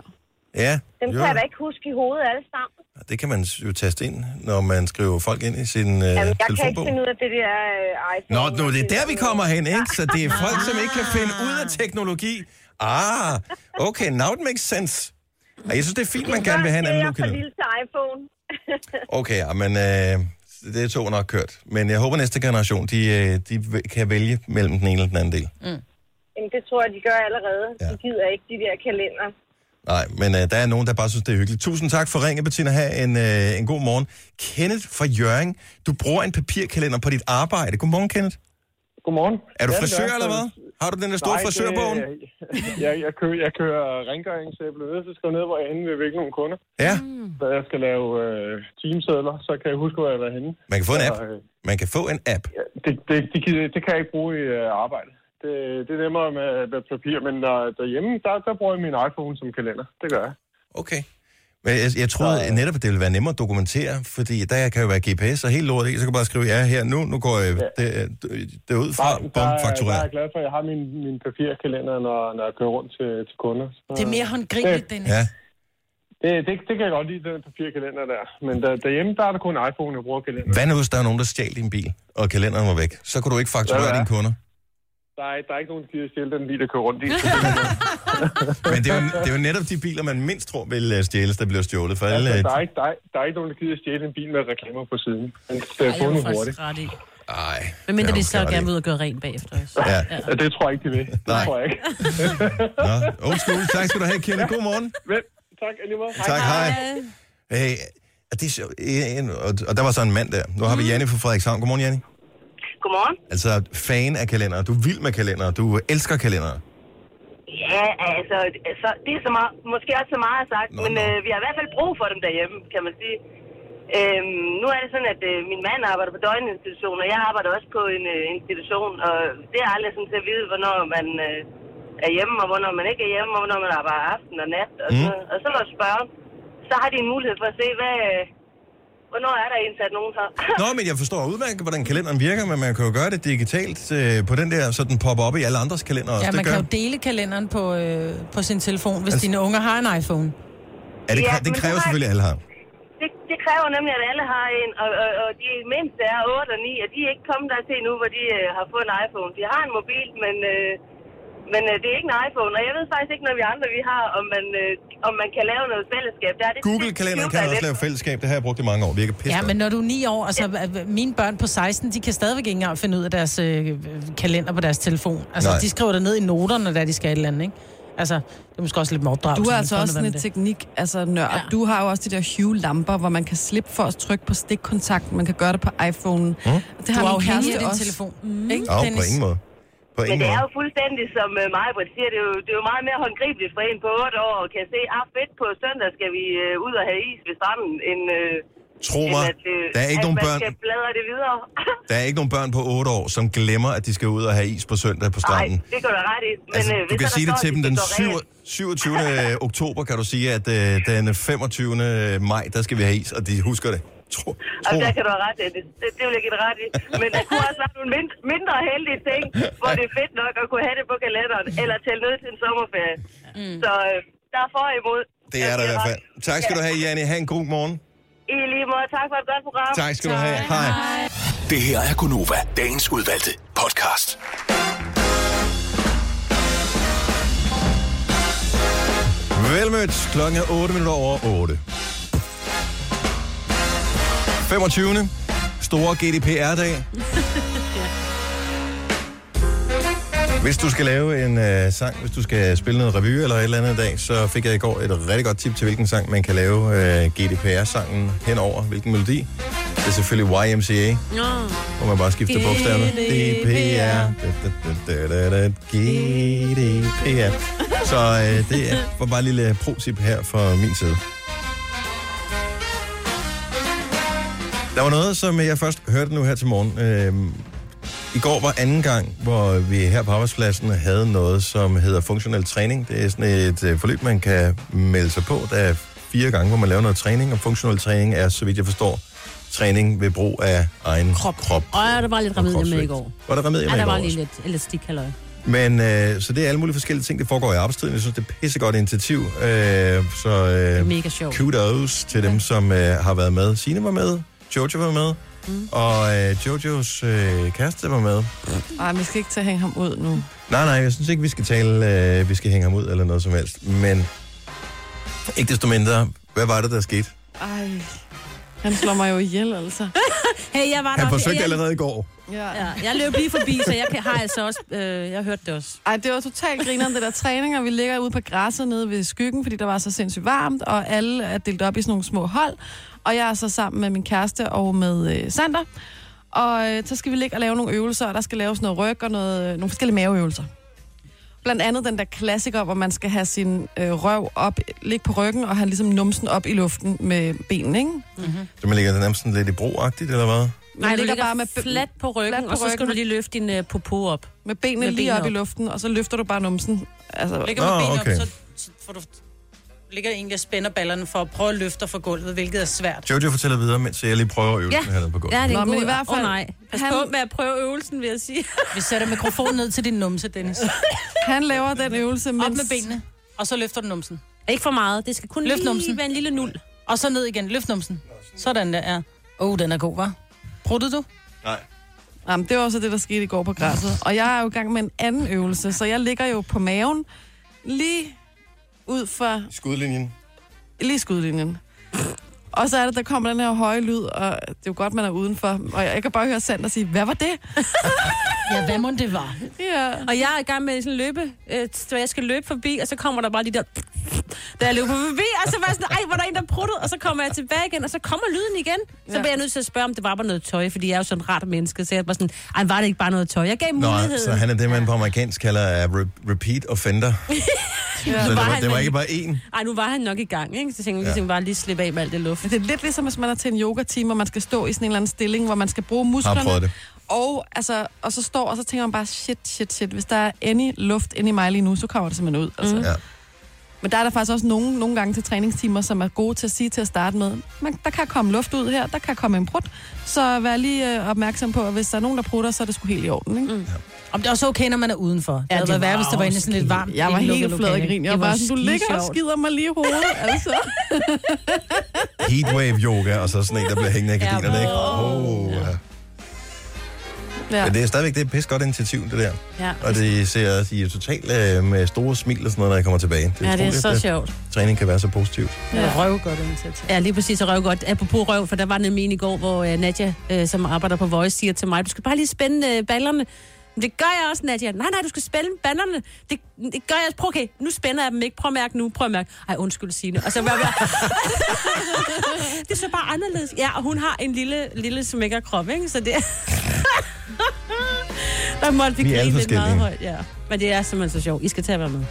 [SPEAKER 2] ja.
[SPEAKER 12] Dem
[SPEAKER 2] jo.
[SPEAKER 12] kan jeg da ikke huske i hovedet alle sammen.
[SPEAKER 2] Det kan man jo taste ind, når man skriver folk ind i sin øh,
[SPEAKER 12] Jamen, jeg kan ikke
[SPEAKER 2] telefonbog.
[SPEAKER 12] finde ud af det der øh, iPhone.
[SPEAKER 2] Nå, nu, det er der, vi kommer hen, ikke? Så det er folk, som ikke kan finde ud af teknologi. Ah, okay, now it makes sense. Ah, Jeg synes, det er fint, man gerne vil have en anden
[SPEAKER 12] Det er for
[SPEAKER 2] ukalender.
[SPEAKER 12] lille til iPhone.
[SPEAKER 2] Okay, ja, men øh, det er to nok kørt. Men jeg håber, næste generation, de, øh, de væ- kan vælge mellem den ene eller den anden del.
[SPEAKER 12] Mm. Jamen, det tror jeg, de gør allerede. Ja. De gider ikke de der kalender.
[SPEAKER 2] Nej, men øh, der er nogen, der bare synes, det er hyggeligt. Tusind tak for ringet, Bettina. Ha' en, øh, en god morgen. Kenneth fra Jørgen, du bruger en papirkalender på dit arbejde. Godmorgen, Kenneth.
[SPEAKER 13] Godmorgen.
[SPEAKER 2] Er du
[SPEAKER 13] Ja, det
[SPEAKER 2] frisør
[SPEAKER 13] jeg.
[SPEAKER 2] eller hvad? Har du den der store
[SPEAKER 13] Nej, det-
[SPEAKER 2] frisørbogen?
[SPEAKER 13] <laughs> Jeg, jeg, kører, jeg kører rengøring, så jeg blev nødt til at skrive ned, hvor jeg er henne ved hvilke nogle kunder.
[SPEAKER 2] Ja.
[SPEAKER 13] Da jeg skal lave øh, teamsedler, så kan jeg huske, hvor jeg har været henne.
[SPEAKER 2] Man kan få en app.
[SPEAKER 13] Så, øh,
[SPEAKER 2] Man kan få en app.
[SPEAKER 13] det, det, det, kan- det kan jeg ikke bruge i øh, arbejde. Det, det er nemmere med, med papir, men der, derhjemme, der, der bruger jeg min iPhone som kalender. Det gør jeg.
[SPEAKER 2] Okay. Men jeg, jeg troede netop, at det ville være nemmere at dokumentere, fordi der kan jo være GPS og helt lort i, så kan jeg bare skrive, ja, her nu, nu går jeg ja. det, det ud fra,
[SPEAKER 13] Der,
[SPEAKER 2] bum,
[SPEAKER 13] er- der er
[SPEAKER 2] faktureret.
[SPEAKER 13] jeg glad for, at jeg har min, min papirkalender, når, når jeg kører rundt til, til kunder. Så,
[SPEAKER 3] Det er mere håndgribeligt, Dennis.
[SPEAKER 2] Mm. Ja.
[SPEAKER 13] Det, det, det kan jeg godt lide, den papirkalender der. Men der, derhjemme, der er der kun iPhone, jeg bruger kalender.
[SPEAKER 2] Hvad nu, hvis der er nogen, der stjal din bil, og kalenderen var væk? Så kan du ikke
[SPEAKER 13] Ja,
[SPEAKER 2] fakturere
[SPEAKER 13] ja.
[SPEAKER 2] dine kunder.
[SPEAKER 13] Der er, der er ikke nogen, der gider stjæle den bil, der kører
[SPEAKER 2] <laughs>
[SPEAKER 13] rundt i.
[SPEAKER 2] Men det er, jo,
[SPEAKER 13] <laughs>
[SPEAKER 2] det er jo netop de biler, man mindst tror vil øh, stjæles, der bliver stjålet. For alle,
[SPEAKER 13] altså,
[SPEAKER 2] øh,
[SPEAKER 13] der, er ikke, der, er, der er ikke nogen, der gider stjæle en bil med reklamer på siden. Den skal
[SPEAKER 5] Ej,
[SPEAKER 13] få
[SPEAKER 5] jeg
[SPEAKER 13] den
[SPEAKER 5] er
[SPEAKER 13] hurtigt.
[SPEAKER 5] faktisk ret i.
[SPEAKER 2] Ej.
[SPEAKER 5] Men mindre
[SPEAKER 2] det er
[SPEAKER 5] de
[SPEAKER 2] hun
[SPEAKER 5] så
[SPEAKER 2] klart
[SPEAKER 5] gerne
[SPEAKER 2] ikke.
[SPEAKER 5] vil ud og gøre rent bagefter også.
[SPEAKER 2] Ja.
[SPEAKER 13] Ja, det tror jeg ikke, de vil. Det
[SPEAKER 2] Nej.
[SPEAKER 13] tror jeg ikke.
[SPEAKER 2] Nå, old school. Tak skal du have, Kjell. God morgen.
[SPEAKER 13] Men, tak, alligevel.
[SPEAKER 2] Tak, hej. Hey, er det sjovt? Øh, en- og- Og der var så en mand der. Nu har vi Janne fra Frederikshavn. Godmorgen, Janne.
[SPEAKER 12] Mm. Godmorgen.
[SPEAKER 2] Altså, fan af kalender. Du er vild med kalender. Du elsker kalender.
[SPEAKER 12] Ja, altså, så, det er så meget, måske også så meget sagt,
[SPEAKER 2] Nå,
[SPEAKER 12] men
[SPEAKER 2] nå.
[SPEAKER 12] øh, vi har i hvert fald brug for dem derhjemme, kan man sige. Øhm, nu er det sådan, at øh, min mand arbejder på døgninstitution, og jeg arbejder også på en øh, institution, og det er aldrig sådan til at vide, hvornår man øh, er hjemme, og hvornår man ikke er hjemme, og hvornår man arbejder aften og nat.
[SPEAKER 2] Mm.
[SPEAKER 12] Og, så, og så når spørge, så har de en mulighed for at se, hvad, øh, hvornår er der indsat nogen her.
[SPEAKER 2] Nå, men jeg forstår udmærket, hvordan kalenderen virker, men man kan jo gøre det digitalt øh, på den der, så den popper op i alle andres kalender også.
[SPEAKER 3] Ja,
[SPEAKER 2] det
[SPEAKER 3] man
[SPEAKER 2] gør.
[SPEAKER 3] kan jo dele kalenderen på, øh, på sin telefon, hvis altså, dine unger har en iPhone.
[SPEAKER 2] er det,
[SPEAKER 12] Ja,
[SPEAKER 2] ja,
[SPEAKER 12] men
[SPEAKER 2] det kræver
[SPEAKER 12] du har-
[SPEAKER 2] selvfølgelig, at alle har.
[SPEAKER 12] det, det kræver nemlig, at alle har en, og, og, og de mindste er 8 og 9, og de er ikke kommet der til nu, hvor de øh, har fået en iPhone. De har en mobil, men, øh, men øh, det er ikke en iPhone, og jeg ved faktisk ikke, når vi andre vi har, om man, øh, om man kan lave noget fællesskab. Der er det
[SPEAKER 2] Google-kalenderen kan også lave fællesskab. Det har jeg brugt i mange år. Virker pisse.
[SPEAKER 3] Ja, men når du er 9 år, altså ja. mine børn på 16, de kan stadigvæk ikke engang finde ud af deres øh, kalender på deres telefon. Altså,
[SPEAKER 2] Nej.
[SPEAKER 3] Nej. de skriver det ned i noterne, da de skal et eller andet, ikke? Altså, det er måske også lidt med opdragelsen.
[SPEAKER 4] Du er altså
[SPEAKER 3] men
[SPEAKER 4] også
[SPEAKER 3] sådan
[SPEAKER 4] sådan
[SPEAKER 3] er
[SPEAKER 4] et
[SPEAKER 3] det.
[SPEAKER 4] teknik, altså nørd. Ja. Du har jo også de der Hue-lamper, hvor man kan slippe for at trykke på stikkontakten. Man kan gøre det på iPhone. Mm. Det
[SPEAKER 3] Du er
[SPEAKER 4] har min
[SPEAKER 3] afhængig af
[SPEAKER 4] kæreste
[SPEAKER 3] din
[SPEAKER 4] også.
[SPEAKER 3] telefon.
[SPEAKER 4] Mm.
[SPEAKER 2] Ikke, på ingen måde. På
[SPEAKER 12] Men
[SPEAKER 2] ingen
[SPEAKER 12] det
[SPEAKER 2] måde.
[SPEAKER 12] er jo fuldstændig, som øh, Majbert siger, det er, jo, det er jo meget mere håndgribeligt for en på 8 år, og kan se, ah fedt, på søndag skal vi øh, ud og have is ved stranden, end, øh,
[SPEAKER 2] Tro mig,
[SPEAKER 12] end at, øh,
[SPEAKER 2] der er ikke
[SPEAKER 12] at
[SPEAKER 2] nogen
[SPEAKER 12] man
[SPEAKER 2] børn-
[SPEAKER 12] skal bladre det videre. <laughs>
[SPEAKER 2] Der er ikke nogen børn på 8 år, som glemmer, at de skal ud og have is på søndag på
[SPEAKER 12] Nej,
[SPEAKER 2] stranden.
[SPEAKER 12] det kan du have ret i. Men,
[SPEAKER 2] Altså,
[SPEAKER 12] øh,
[SPEAKER 2] du
[SPEAKER 12] hvis
[SPEAKER 2] kan
[SPEAKER 12] der
[SPEAKER 2] sige det
[SPEAKER 12] står,
[SPEAKER 2] til
[SPEAKER 12] at
[SPEAKER 2] dem
[SPEAKER 12] de
[SPEAKER 2] den
[SPEAKER 12] skal gå
[SPEAKER 2] syv- 27.
[SPEAKER 12] rent-
[SPEAKER 2] oktober, kan du sige, at øh, den 25. maj, der skal vi have is, og de husker det. Tro,
[SPEAKER 12] Og
[SPEAKER 2] tro
[SPEAKER 12] der
[SPEAKER 2] mig.
[SPEAKER 12] kan du have ret, Dennis. Det, det vil jeg give dig ret i. Men der kunne også være nogle mind- mindre heldige ting, hvor det er fedt nok at kunne have det på kalenderen, eller tælle ned til en sommerferie. Mm. Så øh, der er for og imod.
[SPEAKER 2] det er der i hvert fald. Tak skal du have, Janne. Ha' en god morgen.
[SPEAKER 12] I lige måde. Tak for et godt program.
[SPEAKER 2] Tak skal du have. Hej.
[SPEAKER 8] Det her er Gunova, dagens udvalgte podcast.
[SPEAKER 2] Velmødt. Klokken er 8 minutter over 8. 25. Store GDPR-dag. Hvis du skal lave en øh, sang, hvis du skal spille noget revy eller et eller andet i dag, så fik jeg i går et rigtig godt tip til, hvilken sang man kan lave øh, GDPR-sangen henover, hvilken melodi. Det er selvfølgelig YMCA,
[SPEAKER 5] Nå.
[SPEAKER 2] hvor man bare skifter bogstaverne.
[SPEAKER 5] GDPR.
[SPEAKER 2] Da-da-da-da-da. GDPR. Så øh, det er- var bare et lille pro-tip her fra min side. Der var noget, som jeg først hørte nu her til morgen. Øhm, I går var anden gang, hvor vi her på arbejdspladsen havde noget, som hedder funktionel træning. Det er sådan et øh, forløb, man kan melde sig på. Der er fire gange, hvor man laver noget træning, og funktionel træning er, så vidt jeg forstår, træning ved brug af egen krop. krop.
[SPEAKER 5] Og ja, der var lidt remedie med i
[SPEAKER 2] kropsvægt.
[SPEAKER 5] går.
[SPEAKER 2] Var der remedier
[SPEAKER 5] Ja,
[SPEAKER 2] med
[SPEAKER 5] der
[SPEAKER 2] i går
[SPEAKER 5] var
[SPEAKER 2] også?
[SPEAKER 5] lige lidt elastik, halløj.
[SPEAKER 2] Men øh, så det er alle mulige forskellige ting, det foregår i arbejdstiden. Jeg synes, det er pissegodt initiativ. Øh, så øh,
[SPEAKER 5] Mega sjovt.
[SPEAKER 2] kudos til dem, som øh, har været med. Signe var med, Jojo var med, mm. og øh, Jojos øh, kæreste var med.
[SPEAKER 4] Ej, vi skal ikke til at hænge ham ud nu.
[SPEAKER 2] Nej, nej, jeg synes ikke, vi skal tale, øh, vi skal hænge ham ud eller noget som helst. Men ikke desto mindre, hvad var det, der skete?
[SPEAKER 4] Ej, han slår mig jo ihjel, altså.
[SPEAKER 5] hey, jeg var
[SPEAKER 2] Han
[SPEAKER 5] der.
[SPEAKER 2] forsøgte
[SPEAKER 5] jeg,
[SPEAKER 2] allerede i går.
[SPEAKER 4] Ja.
[SPEAKER 5] <laughs> ja, jeg løb lige forbi, så jeg kan, har altså også... Øh, jeg hørte det også.
[SPEAKER 4] Ej, det var totalt grineren, det der træning, og vi ligger ude på græsset nede ved skyggen, fordi der var så sindssygt varmt, og alle er delt op i sådan nogle små hold. Og jeg er så sammen med min kæreste og med øh, Sander. Og øh, så skal vi ligge og lave nogle øvelser, og der skal laves noget ryg og noget, øh, nogle forskellige maveøvelser. Blandt andet den der klassiker, hvor man skal have sin øh, røv op, ligge på ryggen og have ligesom numsen op i luften med benene, ikke?
[SPEAKER 5] Mm-hmm.
[SPEAKER 2] Så man ligger den nærmest sådan lidt i broagtigt, eller hvad?
[SPEAKER 5] Nej, du ligger bare med flat på ryggen,
[SPEAKER 4] fladt på
[SPEAKER 5] og så skal
[SPEAKER 4] ryggen.
[SPEAKER 5] du lige løfte din
[SPEAKER 3] øh,
[SPEAKER 5] uh, popo op.
[SPEAKER 4] Med benene
[SPEAKER 5] Med
[SPEAKER 4] lige
[SPEAKER 5] benene
[SPEAKER 4] op, op i
[SPEAKER 5] op.
[SPEAKER 4] luften, og så løfter du bare numsen. Altså,
[SPEAKER 6] Ligger man benet op, så, så får du, ligger egentlig og spænder ballerne for at prøve at løfte dig fra gulvet, hvilket er svært.
[SPEAKER 2] Jojo fortæller videre, mens jeg lige prøver øvelsen ja. hernede på gulvet.
[SPEAKER 6] Ja, det er en
[SPEAKER 5] Nå, men
[SPEAKER 6] god-
[SPEAKER 5] i hvert fald-
[SPEAKER 6] Åh, nej. Pas
[SPEAKER 5] Han-
[SPEAKER 6] på med at prøve øvelsen, vil jeg sige. Vi sætter mikrofonen ned til din numse, Dennis.
[SPEAKER 4] Han laver den øvelse, mens...
[SPEAKER 6] Op med benene, og så løfter du numsen.
[SPEAKER 5] Ikke for meget, det skal kun
[SPEAKER 6] Løft
[SPEAKER 5] lige
[SPEAKER 6] numsen.
[SPEAKER 5] være en lille nul.
[SPEAKER 6] Og så ned igen, løft numsen. Sådan der, ja. Åh, oh, den er god, var. Pruttede du?
[SPEAKER 2] Nej.
[SPEAKER 4] Jamen, det var også det, der skete i går på græsset. Og jeg er jo i gang med en anden øvelse, så jeg ligger jo på maven lige ud for...
[SPEAKER 2] Skudlinjen.
[SPEAKER 4] Lige i skudlinjen. Og så er det, der kommer den her høje lyd, og det er jo godt, man er udenfor. Og jeg kan bare høre Sander sige, hvad var det?
[SPEAKER 6] ja, hvad må det var?
[SPEAKER 4] Ja.
[SPEAKER 5] Og jeg er i gang med sådan en løbe, øh, så jeg skal løbe forbi, og så kommer der bare de der... Da jeg løber forbi, og så var jeg sådan, ej, hvor er der en, der pruttede, og så kommer jeg tilbage igen, og så kommer lyden igen. Så
[SPEAKER 6] Ja.
[SPEAKER 5] bliver jeg nødt til at spørge, om det var bare noget tøj, fordi jeg er jo sådan et rart menneske, så jeg var sådan, ej, var det ikke bare noget tøj? Jeg gav muligheden.
[SPEAKER 2] Nå, så han er det, man på amerikansk kalder uh, re- repeat offender. så det var, det var ikke bare én.
[SPEAKER 5] Ej, nu var han nok i gang, ikke? Så tænkte jeg,
[SPEAKER 2] Ja.
[SPEAKER 5] ja. ligesom bare lige slippe af med alt det luft.
[SPEAKER 4] Det er lidt ligesom, hvis man er til en yoga-time, og man skal stå i sådan en eller anden stilling, hvor man skal bruge musklerne.
[SPEAKER 2] prøvet det.
[SPEAKER 4] Og, altså, og så står, og så tænker man bare, shit, shit, shit, hvis der er any luft inde i mig lige nu, så kommer det simpelthen ud. Altså.
[SPEAKER 2] Mhm. Ja.
[SPEAKER 4] Men der er der faktisk også nogle, nogle gange til træningstimer, som er gode til at sige til at starte med, man, der kan komme luft ud her, der kan komme en brud, så vær lige øh, opmærksom på, at hvis der er nogen, der prutter, så er det sgu helt i orden. Ikke? Mm.
[SPEAKER 6] Om det er også okay, når man er udenfor. Det ja, havde været værre, hvis det var inde i sådan lidt varmt.
[SPEAKER 4] Jeg var
[SPEAKER 6] indelukket
[SPEAKER 4] helt flad og
[SPEAKER 6] lokale.
[SPEAKER 4] grin. Jeg
[SPEAKER 6] Det
[SPEAKER 4] var bare
[SPEAKER 6] var
[SPEAKER 4] sådan, du ligger og
[SPEAKER 6] skidesjovt.
[SPEAKER 4] skider mig lige i hovedet.
[SPEAKER 2] <laughs>
[SPEAKER 4] altså.
[SPEAKER 2] Heatwave yoga, og så sådan en, der bliver hængende af gardinerne, ikke? Oh, ja.
[SPEAKER 4] Ja.
[SPEAKER 2] Men det er stadigvæk det er et pis godt initiativ, det der.
[SPEAKER 5] Ja.
[SPEAKER 2] Og det ser de er totalt øh, med store smil og sådan noget, når jeg kommer tilbage.
[SPEAKER 5] Ja, det er
[SPEAKER 2] utroligt,
[SPEAKER 5] så
[SPEAKER 2] at øh,
[SPEAKER 5] sjovt.
[SPEAKER 2] Træning kan være så positivt.
[SPEAKER 6] Ja. Røv godt initiativ.
[SPEAKER 5] Ja, lige præcis, og røv godt. Apropos røv, for der var nemlig en i går, hvor uh, Nadja, uh, som arbejder på Voice, siger til mig, du skal bare lige spænde uh, ballerne. Men det gør jeg også, Nadia. Nej, nej, du skal spænde ballerne. Det, det gør jeg også. Prøv, okay, nu spænder jeg dem ikke. Prøv at mærke nu. Prøv at mærke. Ej, undskyld, Signe. Og så var jeg... <laughs> det er så bare anderledes. Ja, og hun har en lille, lille smækker krop, ikke? Så det... <laughs> der måtte vi,
[SPEAKER 2] Vi er alle
[SPEAKER 5] grine lidt meget
[SPEAKER 2] forskellige.
[SPEAKER 5] højt. Ja. Men det er simpelthen så sjovt. I skal tage at være med.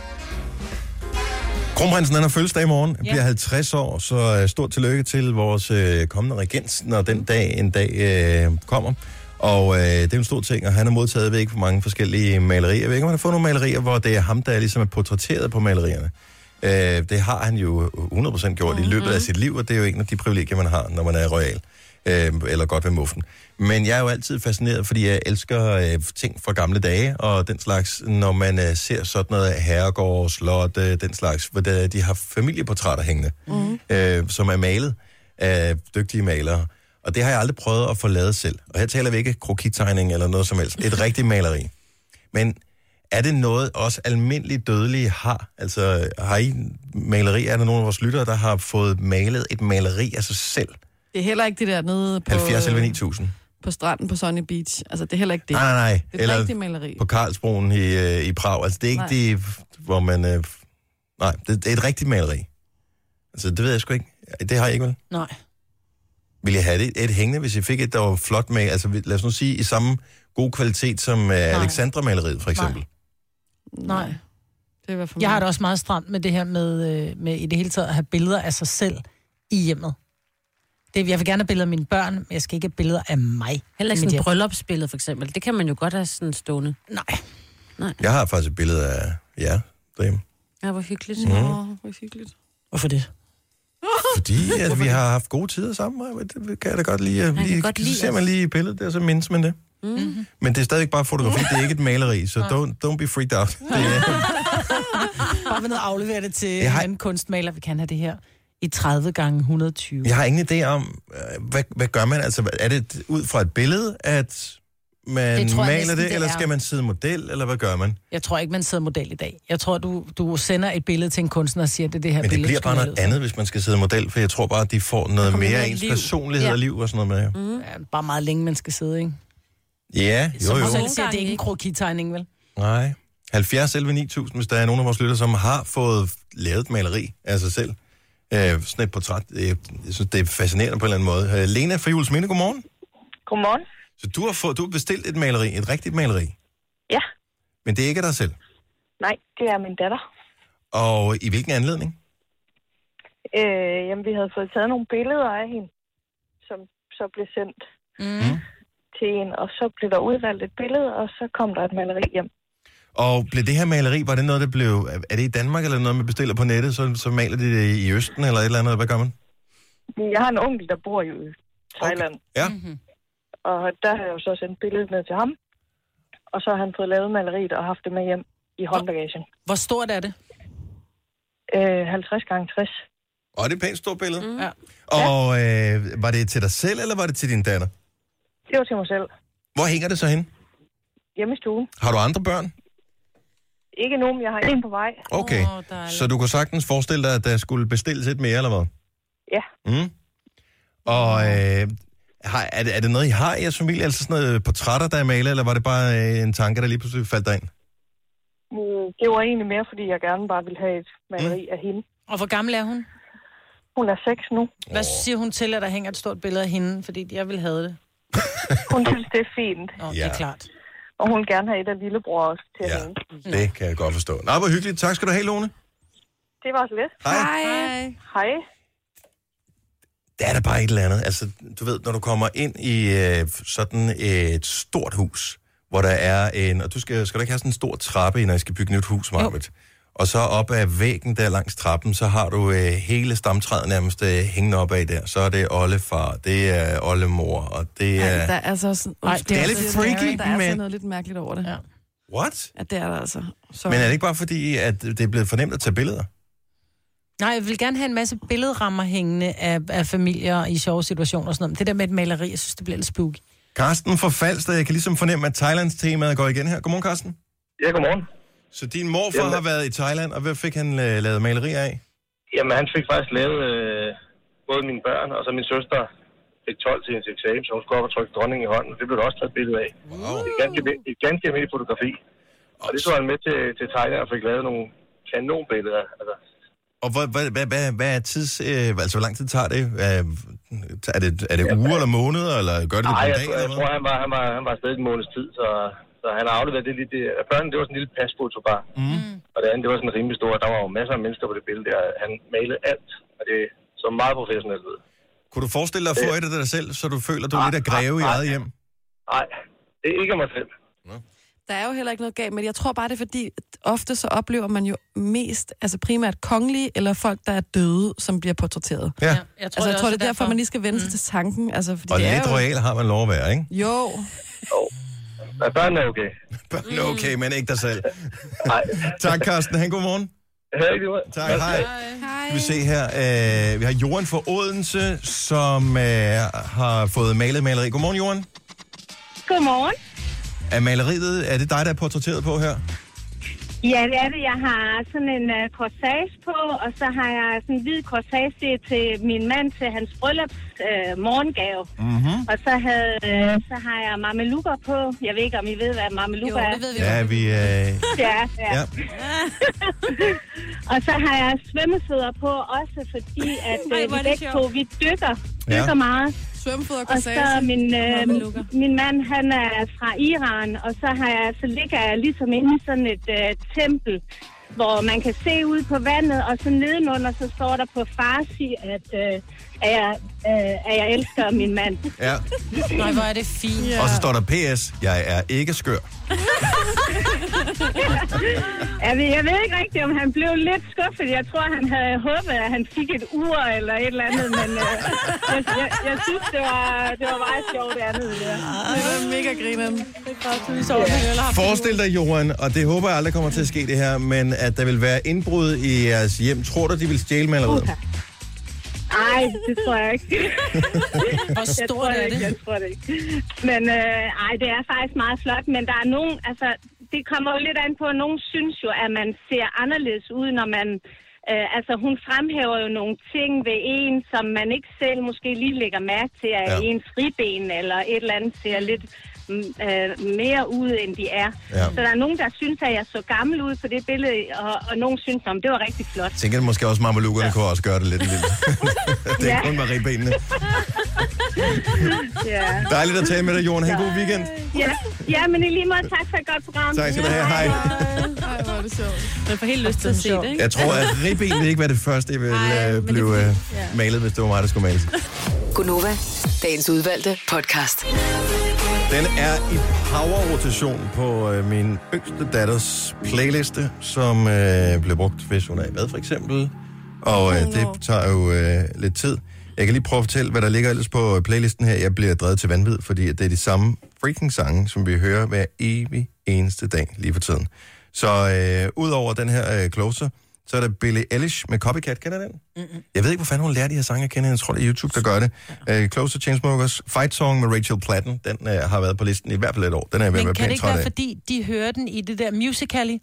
[SPEAKER 2] Kronprinsen han har fødselsdag i morgen, ja.
[SPEAKER 5] Ja.
[SPEAKER 2] bliver 50 år, så øh, stort tillykke til vores øh, kommende regent, når den dag en dag øh, kommer. Og øh, det er en stor ting, og han har modtaget, jeg ved ikke, hvor mange forskellige malerier. Jeg ved ikke, om han har fået nogle malerier, hvor det er ham, der ligesom er portrætteret på malerierne. Øh, det har han jo 100% gjort mm-hmm. i løbet af sit liv, og det er jo en af de privilegier, man har, når man er royal. Øh, eller godt ved muffen. Men jeg er jo altid fascineret, fordi jeg elsker øh, ting fra gamle dage, og den slags, når man øh, ser sådan noget herregård, slot, øh, den slags, hvor der, de har familieportrætter hængende, mm. øh, som er malet af dygtige malere. Og det har jeg aldrig prøvet at få lavet selv. Og her taler vi ikke krokittegning eller noget som helst. Et rigtigt maleri. Men er det noget, også almindelige dødelige har? Altså, har I maleri? Er der nogen af vores lyttere, der har fået malet et maleri af sig selv?
[SPEAKER 4] Det er heller ikke det der nede på,
[SPEAKER 2] 70 eller 9000?
[SPEAKER 4] på stranden på Sunny Beach. Altså, det er heller ikke det.
[SPEAKER 2] Nej, nej, nej.
[SPEAKER 4] Det er
[SPEAKER 2] Eller-
[SPEAKER 4] et rigtigt maleri.
[SPEAKER 2] På Karlsbroen i, øh, i Prag. Altså, det er ikke
[SPEAKER 4] Nej.
[SPEAKER 2] det, hvor man... Øh, nej, det, det er et rigtigt maleri. Altså, det ved jeg sgu ikke. Det har jeg ikke, vel?
[SPEAKER 6] Nej.
[SPEAKER 2] Ville jeg have det, et hængende, hvis jeg fik et, der var flot med... Altså, lad os nu sige, i samme god kvalitet som øh, Alexandra-maleriet, for eksempel.
[SPEAKER 6] Nej.
[SPEAKER 4] Det var for
[SPEAKER 6] jeg
[SPEAKER 4] mig.
[SPEAKER 6] har det også meget stramt med det her med, øh, med i det hele taget at have billeder af sig selv i hjemmet. Det, jeg vil gerne have billeder af mine børn, men jeg skal ikke have billeder af mig.
[SPEAKER 5] Heller
[SPEAKER 6] i mit
[SPEAKER 5] ikke sådan
[SPEAKER 6] hjem.
[SPEAKER 5] et bryllupsbillede, for eksempel. Det kan man jo godt have sådan stående.
[SPEAKER 6] Nej.
[SPEAKER 2] Jeg har faktisk et billede af jer derhjemme.
[SPEAKER 5] Ja, hvor hyggeligt.
[SPEAKER 2] Mhm. Nå,
[SPEAKER 4] hvor hyggeligt.
[SPEAKER 6] Hvorfor det?
[SPEAKER 2] Fordi at vi har haft gode tider sammen, Maja. det kan jeg da godt lide.
[SPEAKER 5] kan
[SPEAKER 2] lige,
[SPEAKER 5] godt lide,
[SPEAKER 2] så ser
[SPEAKER 5] at-
[SPEAKER 2] man lige billedet der, så mindes man det.
[SPEAKER 5] Mm.
[SPEAKER 2] Men det er stadigvæk bare fotografi, det er ikke et maleri, så don't, don't be freaked out. Det er,
[SPEAKER 5] <laughs>
[SPEAKER 6] Bare ved at aflevere det til
[SPEAKER 2] Jeg
[SPEAKER 6] en
[SPEAKER 2] har-
[SPEAKER 6] anden kunstmaler, vi kan have det her i 30 gange 120.
[SPEAKER 2] jeg har ingen idé om, øh, hvad, hvad gør man? Altså, er det ud fra et billede, at man
[SPEAKER 6] Det
[SPEAKER 2] det
[SPEAKER 6] tror jeg
[SPEAKER 2] maler
[SPEAKER 6] næsten,
[SPEAKER 2] det,
[SPEAKER 6] det
[SPEAKER 2] eller
[SPEAKER 6] er.
[SPEAKER 2] skal man sidde model, eller hvad gør man?
[SPEAKER 6] Jeg tror ikke, man sidder model i dag. Jeg tror, du, du sender et billede til en kunstner og siger, at det er det her
[SPEAKER 2] Men det
[SPEAKER 6] billede,
[SPEAKER 2] bliver
[SPEAKER 6] du skal
[SPEAKER 2] bare
[SPEAKER 6] male
[SPEAKER 2] noget
[SPEAKER 6] ud fra.
[SPEAKER 2] andet, hvis man skal sidde model, for jeg tror bare, at de får noget
[SPEAKER 6] kommer
[SPEAKER 2] mere af
[SPEAKER 6] noget
[SPEAKER 2] ens
[SPEAKER 6] liv.
[SPEAKER 2] personlighed
[SPEAKER 6] Ja.
[SPEAKER 2] og liv og sådan noget med. jo.
[SPEAKER 6] Mm. Ja, bare meget længe, man skal sidde, ikke?
[SPEAKER 2] Ja, jo
[SPEAKER 6] Som
[SPEAKER 2] jo.
[SPEAKER 6] du selv siger, det er ikke en krokitegning, vel?
[SPEAKER 2] Nej. 70 11 9000, hvis der er nogen af vores lytter, som har fået lavet et maleri af sig selv. Øh, sådan et portræt. Øh, jeg synes, det er fascinerende på en eller anden måde. Øh, Lena fra Jules Minde, godmorgen.
[SPEAKER 14] Godmorgen.
[SPEAKER 2] Så du har, fået, du har bestilt et maleri, et rigtigt maleri,
[SPEAKER 14] Ja,
[SPEAKER 2] men det er ikke af dig selv.
[SPEAKER 14] nej, det er min datter.
[SPEAKER 2] Og i hvilken anledning?
[SPEAKER 14] Øh, jamen, vi havde fået taget nogle billeder af hende, som så blev sendt
[SPEAKER 2] mm.
[SPEAKER 14] til en, og så blev der udvalgt et billede, og så kom der et maleri hjem.
[SPEAKER 2] Og blev det her maleri, var det noget, der blev... Er det i Danmark, eller noget, man bestiller på nettet, så, så maler de det i Østen, eller et eller andet? Hvad gør man?
[SPEAKER 14] Jeg har en onkel, der bor i Thailand, okay.
[SPEAKER 2] Ja.
[SPEAKER 14] og der har jeg jo så sendt billedet ned til ham, og så har han fået lavet maleriet og haft det med hjem i håndbagagen.
[SPEAKER 6] Hvor stort er det?
[SPEAKER 14] Øh, 50 gange 60.
[SPEAKER 2] Og det er et pænt stort billede. Mm. Ja. Og øh, var det til dig selv, eller var det til din datter?
[SPEAKER 14] Det var til mig selv.
[SPEAKER 2] Hvor hænger det så hen?
[SPEAKER 14] Hjemme i stuen.
[SPEAKER 2] Har du andre børn?
[SPEAKER 14] Ikke nu, men jeg har en på vej.
[SPEAKER 2] Okay, oh, så du kunne sagtens forestille dig, at der skulle bestilles et mere, eller hvad?
[SPEAKER 14] Ja.
[SPEAKER 2] Mm. Og øh, har, er, det, er det noget, I har i jeres familie? Altså sådan noget portrætter, der er malet, eller var det bare øh, en tanke, der lige pludselig faldt dig ind?
[SPEAKER 14] Mm, Det var egentlig mere, fordi jeg gerne bare ville have et maleri mm. af hende.
[SPEAKER 6] Og hvor gammel er hun?
[SPEAKER 14] Hun er seks nu.
[SPEAKER 6] Hvad siger hun til, at der hænger et stort billede af hende? Fordi jeg vil have det.
[SPEAKER 14] Hun synes, det er fint.
[SPEAKER 6] Nå, det er klart.
[SPEAKER 14] Og hun vil gerne have et af lillebror også til ja. hende.
[SPEAKER 2] Det kan jeg godt forstå. Nå, hvor hyggeligt. Tak skal du have, Lone.
[SPEAKER 14] Det var så lidt.
[SPEAKER 2] Hej.
[SPEAKER 14] Hej.
[SPEAKER 2] Der er der bare et eller andet. Altså, du ved, når du kommer ind i øh, sådan et stort hus, hvor der er en... Og du skal, skal du ikke have sådan en stor trappe, når I skal bygge nyt hus, Marvitt? Og så op ad væggen der langs trappen, så har du øh, hele stamtræet nærmest øh, hængende op ad der. Så er det oldefar, det er oldemor, og det er...
[SPEAKER 4] Der er altså også...
[SPEAKER 2] Ej, det er
[SPEAKER 4] også
[SPEAKER 2] lidt
[SPEAKER 4] lidt
[SPEAKER 2] freaky,
[SPEAKER 4] scary. Der er altså
[SPEAKER 2] men-
[SPEAKER 4] noget lidt mærkeligt over det. Ja.
[SPEAKER 2] What?
[SPEAKER 4] ja det er der altså. Så.
[SPEAKER 2] Men er det ikke bare fordi, at det er blevet for nemt at tage billeder?
[SPEAKER 6] Nej, jeg vil gerne have en masse billedrammer hængende af, af familier i sjove situationer og sådan noget. Men Det der med et maleri, jeg synes, det bliver lidt spooky.
[SPEAKER 2] Karsten fra Falster, jeg kan ligesom fornemme, at Thailands temaet går igen her. Godmorgen, Karsten.
[SPEAKER 15] Ja, godmorgen.
[SPEAKER 2] Så din morfar
[SPEAKER 15] Jamen-
[SPEAKER 2] har været i Thailand, og hvad fik han øh, lavet malerier af?
[SPEAKER 15] Jamen, han fik faktisk lavet øh, både mine børn og så min søster fik 12 til hendes eksamen, så hun skulle op og trykke dronningen i hånden. Det blev der også taget et billede af.
[SPEAKER 2] Wow.
[SPEAKER 15] Et, ganske, almi- et ganske almindeligt fotografi. Og det tog han med til, til Thailand og fik lavet nogle kanonbilleder. Altså,
[SPEAKER 2] Og hvad, hvad, hvad, hvad, hvad er tids... Øh, altså, hvor lang tid tager det? Øh, Er det, er det uger eller måneder, eller gør det det på
[SPEAKER 15] nej,
[SPEAKER 2] en
[SPEAKER 15] jeg,
[SPEAKER 2] dag?
[SPEAKER 15] tror- jeg,
[SPEAKER 2] Eller
[SPEAKER 15] tror,
[SPEAKER 2] hvad?
[SPEAKER 15] han var, han var, han var stadig en måneds tid, så, så han har afleveret det lige. Det, at børnene, det var sådan en lille pasfotobar.
[SPEAKER 2] Mm.
[SPEAKER 15] Og det andet, det var sådan rimelig stor. Der var jo masser af mennesker på det billede der. Han malede alt, og det så meget professionelt ud.
[SPEAKER 2] Kunne du forestille dig at
[SPEAKER 15] Øh,
[SPEAKER 2] få et af dig selv, så du føler, du er lidt af greve i eget hjem?
[SPEAKER 15] Nej, det er ikke mig selv.
[SPEAKER 4] Der er jo heller ikke noget galt med det. Jeg tror bare, det er fordi, at ofte så oplever man jo mest, altså primært kongelige eller folk, der er døde, som bliver portrætteret.
[SPEAKER 2] Ja.
[SPEAKER 4] Jeg tror, altså, jeg tror, det er derfor, man lige skal
[SPEAKER 2] Mm.
[SPEAKER 4] vende sig til tanken. Altså, fordi
[SPEAKER 2] Og
[SPEAKER 4] det
[SPEAKER 2] lidt
[SPEAKER 4] er
[SPEAKER 2] royal har man lov at være, ikke?
[SPEAKER 4] jo... jo.
[SPEAKER 15] Ja, børnene er okay.
[SPEAKER 2] Børnene er okay, men ikke dig selv. <laughs> tak, Karsten. Han, god morgen.
[SPEAKER 15] <laughs> Hej,
[SPEAKER 2] tak, hej. Skal vi se her. Øh, vi har Joren fra Odense, som øh, har fået malet maleri. Godmorgen, Joren.
[SPEAKER 16] Godmorgen.
[SPEAKER 2] Er maleriet, er det dig, der er portrætteret på her?
[SPEAKER 16] Ja, det er det. Jeg har sådan en uh, corsage på, og så har jeg sådan en hvid corsage det er til min mand til hans bryllups uh, morgengave.
[SPEAKER 2] Mm-hmm.
[SPEAKER 16] Og så, havde, uh, så har jeg mamelukker på. Jeg ved ikke, om I ved, hvad mamelukker er. det ved
[SPEAKER 2] Ja, vi... Øh,
[SPEAKER 16] Ja, ja.
[SPEAKER 2] Ja.
[SPEAKER 16] ja. og så har jeg svømmefødder på også, fordi at
[SPEAKER 4] <laughs> Ej,
[SPEAKER 16] Ej,
[SPEAKER 4] hvor
[SPEAKER 16] vi
[SPEAKER 4] er det
[SPEAKER 16] begge to,
[SPEAKER 4] sjovt.
[SPEAKER 16] vi dykker, dykker
[SPEAKER 4] Ja.
[SPEAKER 16] meget.
[SPEAKER 4] Svømmefødder,
[SPEAKER 16] Og så
[SPEAKER 4] corsage,
[SPEAKER 16] min, øh,
[SPEAKER 4] mamelukker.
[SPEAKER 16] min mand, han er fra Iran, og så, har jeg, så ligger jeg ligesom inde i sådan et øh, tempel, hvor man kan se ud på vandet, og så nedenunder, så står der på farsi, at, øh, at, jeg, øh, at jeg elsker min mand.
[SPEAKER 2] ja.
[SPEAKER 6] Nej, hvor er det fint.
[SPEAKER 2] Og så står der PS, jeg er ikke skør.
[SPEAKER 16] jeg, ved, jeg ved ikke rigtigt, om han blev lidt skuffet. Jeg tror, han havde håbet, at han fik et ur eller et eller andet, men øh, jeg, jeg, jeg synes, det var, det var meget sjovt det andet. Det, der.
[SPEAKER 4] det var mega grineren. Det er godt, at vi sover med øl og har
[SPEAKER 2] Forestil dig, Johan, og det håber jeg aldrig kommer til at ske det her, men at der vil være indbrud i jeres hjem. Tror du, de vil stjæle maleriet?
[SPEAKER 16] Ej, det tror jeg ikke.
[SPEAKER 6] Hvor
[SPEAKER 16] Jeg tror
[SPEAKER 6] stort er
[SPEAKER 16] ikke,
[SPEAKER 6] det?
[SPEAKER 16] Jeg tror det ikke. Men øh, ej, det er faktisk meget flot, men der er nogen, altså, det kommer jo lidt an på, at nogen synes jo, at man ser anderledes ud, når man, øh, altså hun fremhæver jo nogle ting ved en, som man ikke selv måske lige lægger mærke til, at
[SPEAKER 2] Ja.
[SPEAKER 16] ja. ens friben eller et eller andet ser lidt mm, øh, mere ud, end de er.
[SPEAKER 2] Ja.
[SPEAKER 16] Ja. Så der er nogen, der synes, at jeg så gammel ud på det billede, og, og nogen synes, at det var rigtig flot.
[SPEAKER 2] Jeg <laughs> tænker måske også, at marmelukkerne ja. kunne også gøre det lidt en lille. det er
[SPEAKER 16] Ja.
[SPEAKER 2] kun mariebenene.
[SPEAKER 16] ja.
[SPEAKER 2] Dejligt at tale med dig, Jon. Ha' en god weekend.
[SPEAKER 16] Ja. ja, men i lige måde tak for et godt program.
[SPEAKER 2] Tak skal du have. Hej.
[SPEAKER 4] Ej, hvor er det sjovt.
[SPEAKER 5] Man får helt lyst til at se det, ikke?
[SPEAKER 2] Jeg tror, at ribben vil ikke være det første, jeg vil øh, blive øh, malet, hvis det var mig, der skulle males.
[SPEAKER 7] Gunova, dagens udvalgte podcast.
[SPEAKER 2] Den er i power-rotation på øh, min yngste datters playliste, som øh, bliver brugt, hvis hun er i bad for eksempel. Og øh, det tager jo øh, lidt tid. Jeg kan lige prøve at fortælle, hvad der ligger ellers på øh, playlisten her. Jeg bliver drevet til vanvid, fordi det er de samme freaking sange, som vi hører hver evig eneste dag lige for tiden. Så øh, ud over den her øh, Closer, så er der Billie Eilish med Copycat. Kender du den?
[SPEAKER 9] Mm-mm.
[SPEAKER 2] Jeg ved ikke, hvor fanden hun lærer de her sange at kende. Jeg tror, det er YouTube, der gør det. Uh, Close to Chainsmokers, Fight Song med Rachel Platten. Den uh, har været på listen i hvert fald et år. Den er jeg ved at være
[SPEAKER 6] Men kan det
[SPEAKER 2] pænt
[SPEAKER 6] ikke
[SPEAKER 2] træt
[SPEAKER 6] være,
[SPEAKER 2] af.
[SPEAKER 6] fordi de hører den i det der musically?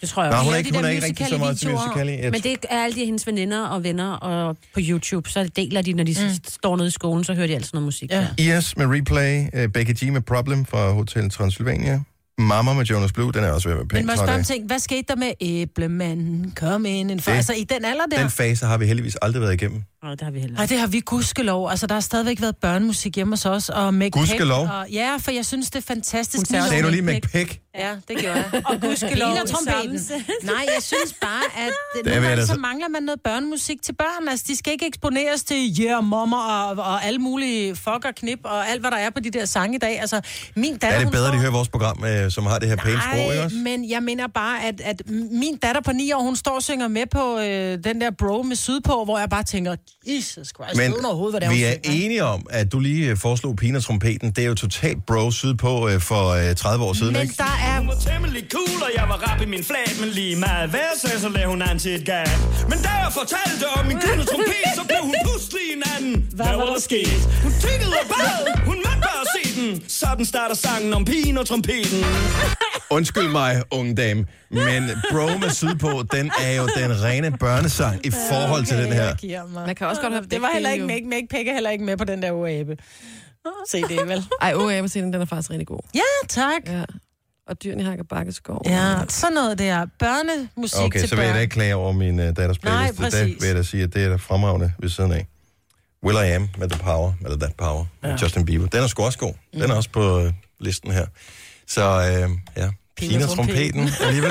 [SPEAKER 5] Det tror jeg
[SPEAKER 2] Nå,
[SPEAKER 5] også.
[SPEAKER 2] hun er
[SPEAKER 5] Ja,
[SPEAKER 2] ikke-
[SPEAKER 5] de
[SPEAKER 2] hun
[SPEAKER 5] der
[SPEAKER 2] er ikke rigtig så meget til
[SPEAKER 5] musicalvideoer.
[SPEAKER 2] musically. Jeg
[SPEAKER 5] Men det er alle de hendes veninder og venner og på YouTube, så deler de, når de mm. står nede i skolen, så hører de altid noget musik. Ja.
[SPEAKER 2] Yes med Replay, uh, Becky G med Problem fra Hotel Transylvania, Mama med Jonas Blue, den er jeg også ved at være
[SPEAKER 6] Men
[SPEAKER 2] pænt
[SPEAKER 6] må jeg
[SPEAKER 2] træt
[SPEAKER 6] spørge
[SPEAKER 2] af.
[SPEAKER 6] om ting, hvad skete der med æblemanden? Kom ind indenfor.
[SPEAKER 2] Det-
[SPEAKER 6] Altså i den alder der?
[SPEAKER 2] Den fase har vi heldigvis aldrig været igennem.
[SPEAKER 5] Nej, det har vi heller
[SPEAKER 6] Nej, det har vi gudskelov. Altså, der har stadigvæk været børnemusik hjemme hos os. Og Mac
[SPEAKER 2] Gudskelov?
[SPEAKER 6] Peck, og, ja, for jeg synes, det er fantastisk.
[SPEAKER 2] Sagde du lige McPick?
[SPEAKER 6] Ja, det gjorde jeg. Og gudskelov.
[SPEAKER 5] Biler
[SPEAKER 6] Biler
[SPEAKER 5] og
[SPEAKER 6] trompeten.
[SPEAKER 5] trompeten.
[SPEAKER 6] Nej, jeg synes bare, at
[SPEAKER 2] vil
[SPEAKER 6] nogle
[SPEAKER 2] jeg
[SPEAKER 6] gange
[SPEAKER 2] da
[SPEAKER 6] så
[SPEAKER 2] så-
[SPEAKER 6] mangler man noget børnemusik til børn. Altså, de skal ikke eksponeres til yeah, mommer og, og alle mulige fuck og knip og alt, hvad der er på de der sange i dag. Altså, min datter,
[SPEAKER 2] Er det
[SPEAKER 6] hun
[SPEAKER 2] bedre,
[SPEAKER 6] står-
[SPEAKER 2] de hører vores program, øh, som har det her pæne sprog, ikke
[SPEAKER 6] Nej,
[SPEAKER 2] også?
[SPEAKER 6] men jeg mener bare, at, at min datter på 9 år, hun står og synger med på øh, den der bro med sydpå, hvor jeg bare tænker, Jesus Christ, men, uden overhovedet, hvad det er,
[SPEAKER 2] vi
[SPEAKER 6] hun
[SPEAKER 2] er
[SPEAKER 6] synger.
[SPEAKER 2] enige om, at du lige øh, foreslog Pina Trompeten. Det er jo totalt bro sydpå øh, for øh, 30 år siden, ikke?
[SPEAKER 1] der er... Hun var temmelig cool, og jeg var rap i min flat, men lige meget hvad sagde, så lagde hun an til et gab. Men da jeg fortalte om min gyldne trompet, så blev hun pludselig en anden. Hvad,
[SPEAKER 9] var der sket?
[SPEAKER 1] Hun tykkede og bad, hun måtte bare se den. Sådan starter sangen om pigen og trompeten.
[SPEAKER 2] Undskyld mig, unge dame, men Bro med Sydpå, den er jo den rene børnesang i forhold til den her.
[SPEAKER 6] Man kan også godt have det var heller ikke, Make, Make Peg er heller ikke med på den der OAB. Se det vel.
[SPEAKER 17] Ej, okay, jeg den er faktisk rigtig god.
[SPEAKER 6] Ja, tak.
[SPEAKER 17] Ja. Og dyrene hakker bakkeskov.
[SPEAKER 6] Ja, sådan noget der. Børnemusik
[SPEAKER 2] Okay,
[SPEAKER 6] til
[SPEAKER 2] så vil jeg
[SPEAKER 6] børn.
[SPEAKER 2] da ikke klage over min uh, datters
[SPEAKER 6] Nej,
[SPEAKER 2] playlist. det
[SPEAKER 6] præcis.
[SPEAKER 2] vil jeg da sige, at det er da fremragende ved siden af. Will I Am med The Power, eller That Power, med
[SPEAKER 6] Ja. Mm.
[SPEAKER 2] Justin Bieber. Den er sgu også god. Den er også på uh, listen her. Så øh, ja, Pina Trompeten
[SPEAKER 6] <laughs>
[SPEAKER 2] alligevel.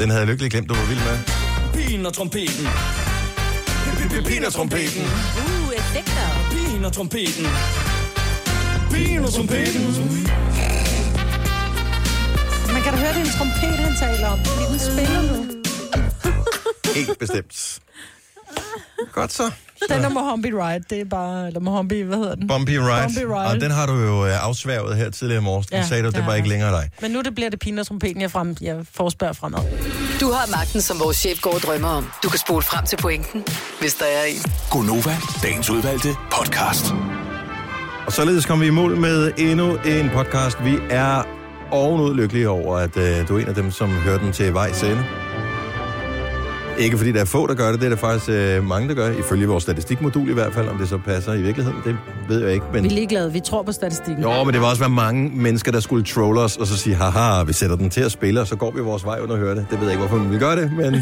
[SPEAKER 2] Den havde jeg lykkelig glemt, du var vild med.
[SPEAKER 1] Pigen og trompeten. Pigen og trompeten.
[SPEAKER 5] Uh, effekter.
[SPEAKER 1] Pigen og trompeten. Pigen og trompeten.
[SPEAKER 6] Man kan da høre, det er en trompet, han taler om, fordi den spiller nu.
[SPEAKER 2] Helt bestemt. Godt så.
[SPEAKER 6] Den der Mohambi Ride, det er bare... Eller Mohambi, hvad hedder den?
[SPEAKER 2] Bumpy Ride.
[SPEAKER 6] Bumpy Ride.
[SPEAKER 2] Og den har du jo øh, afsværget her tidligere i morges. Den
[SPEAKER 6] Ja,
[SPEAKER 2] sagde du,
[SPEAKER 6] det
[SPEAKER 2] det
[SPEAKER 6] har
[SPEAKER 2] var ikke
[SPEAKER 6] jeg.
[SPEAKER 2] længere dig.
[SPEAKER 6] Men nu det bliver det pine og trompeten, jeg, frem, jeg forspørger fremad.
[SPEAKER 7] Du har magten, som vores chef går og drømmer om. Du kan spole frem til pointen, hvis der er en.
[SPEAKER 8] Gonova, dagens udvalgte podcast.
[SPEAKER 2] Og således kom vi i mål med endnu en podcast. Vi er ovenud lykkelige over, at øh, du er en af dem, som hører den til vej ende. Ikke fordi der er få, der gør det, det er der faktisk øh, mange, der gør, ifølge vores statistikmodul i hvert fald. Om det så passer i virkeligheden, det ved jeg ikke.
[SPEAKER 6] Vi er
[SPEAKER 2] Men...
[SPEAKER 6] ligeglade, vi tror på statistikken.
[SPEAKER 2] Jo, men det var også være mange mennesker, der skulle trolle os, og så sige, haha, vi sætter den til at spille, og så går vi vores vej under at høre det. Det ved jeg ikke, hvorfor man vil gøre det,
[SPEAKER 6] <laughs>
[SPEAKER 2] men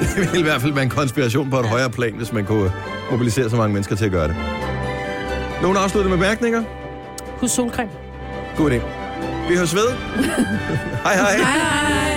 [SPEAKER 2] det ville i hvert fald være en konspiration på et højere plan, hvis man kunne mobilisere så mange mennesker til at gøre det. Nogen afslutter med mærkninger?
[SPEAKER 6] Husk solcreme. <laughs>
[SPEAKER 2] God idé. Vi høres ved. hej hej.
[SPEAKER 6] Hej.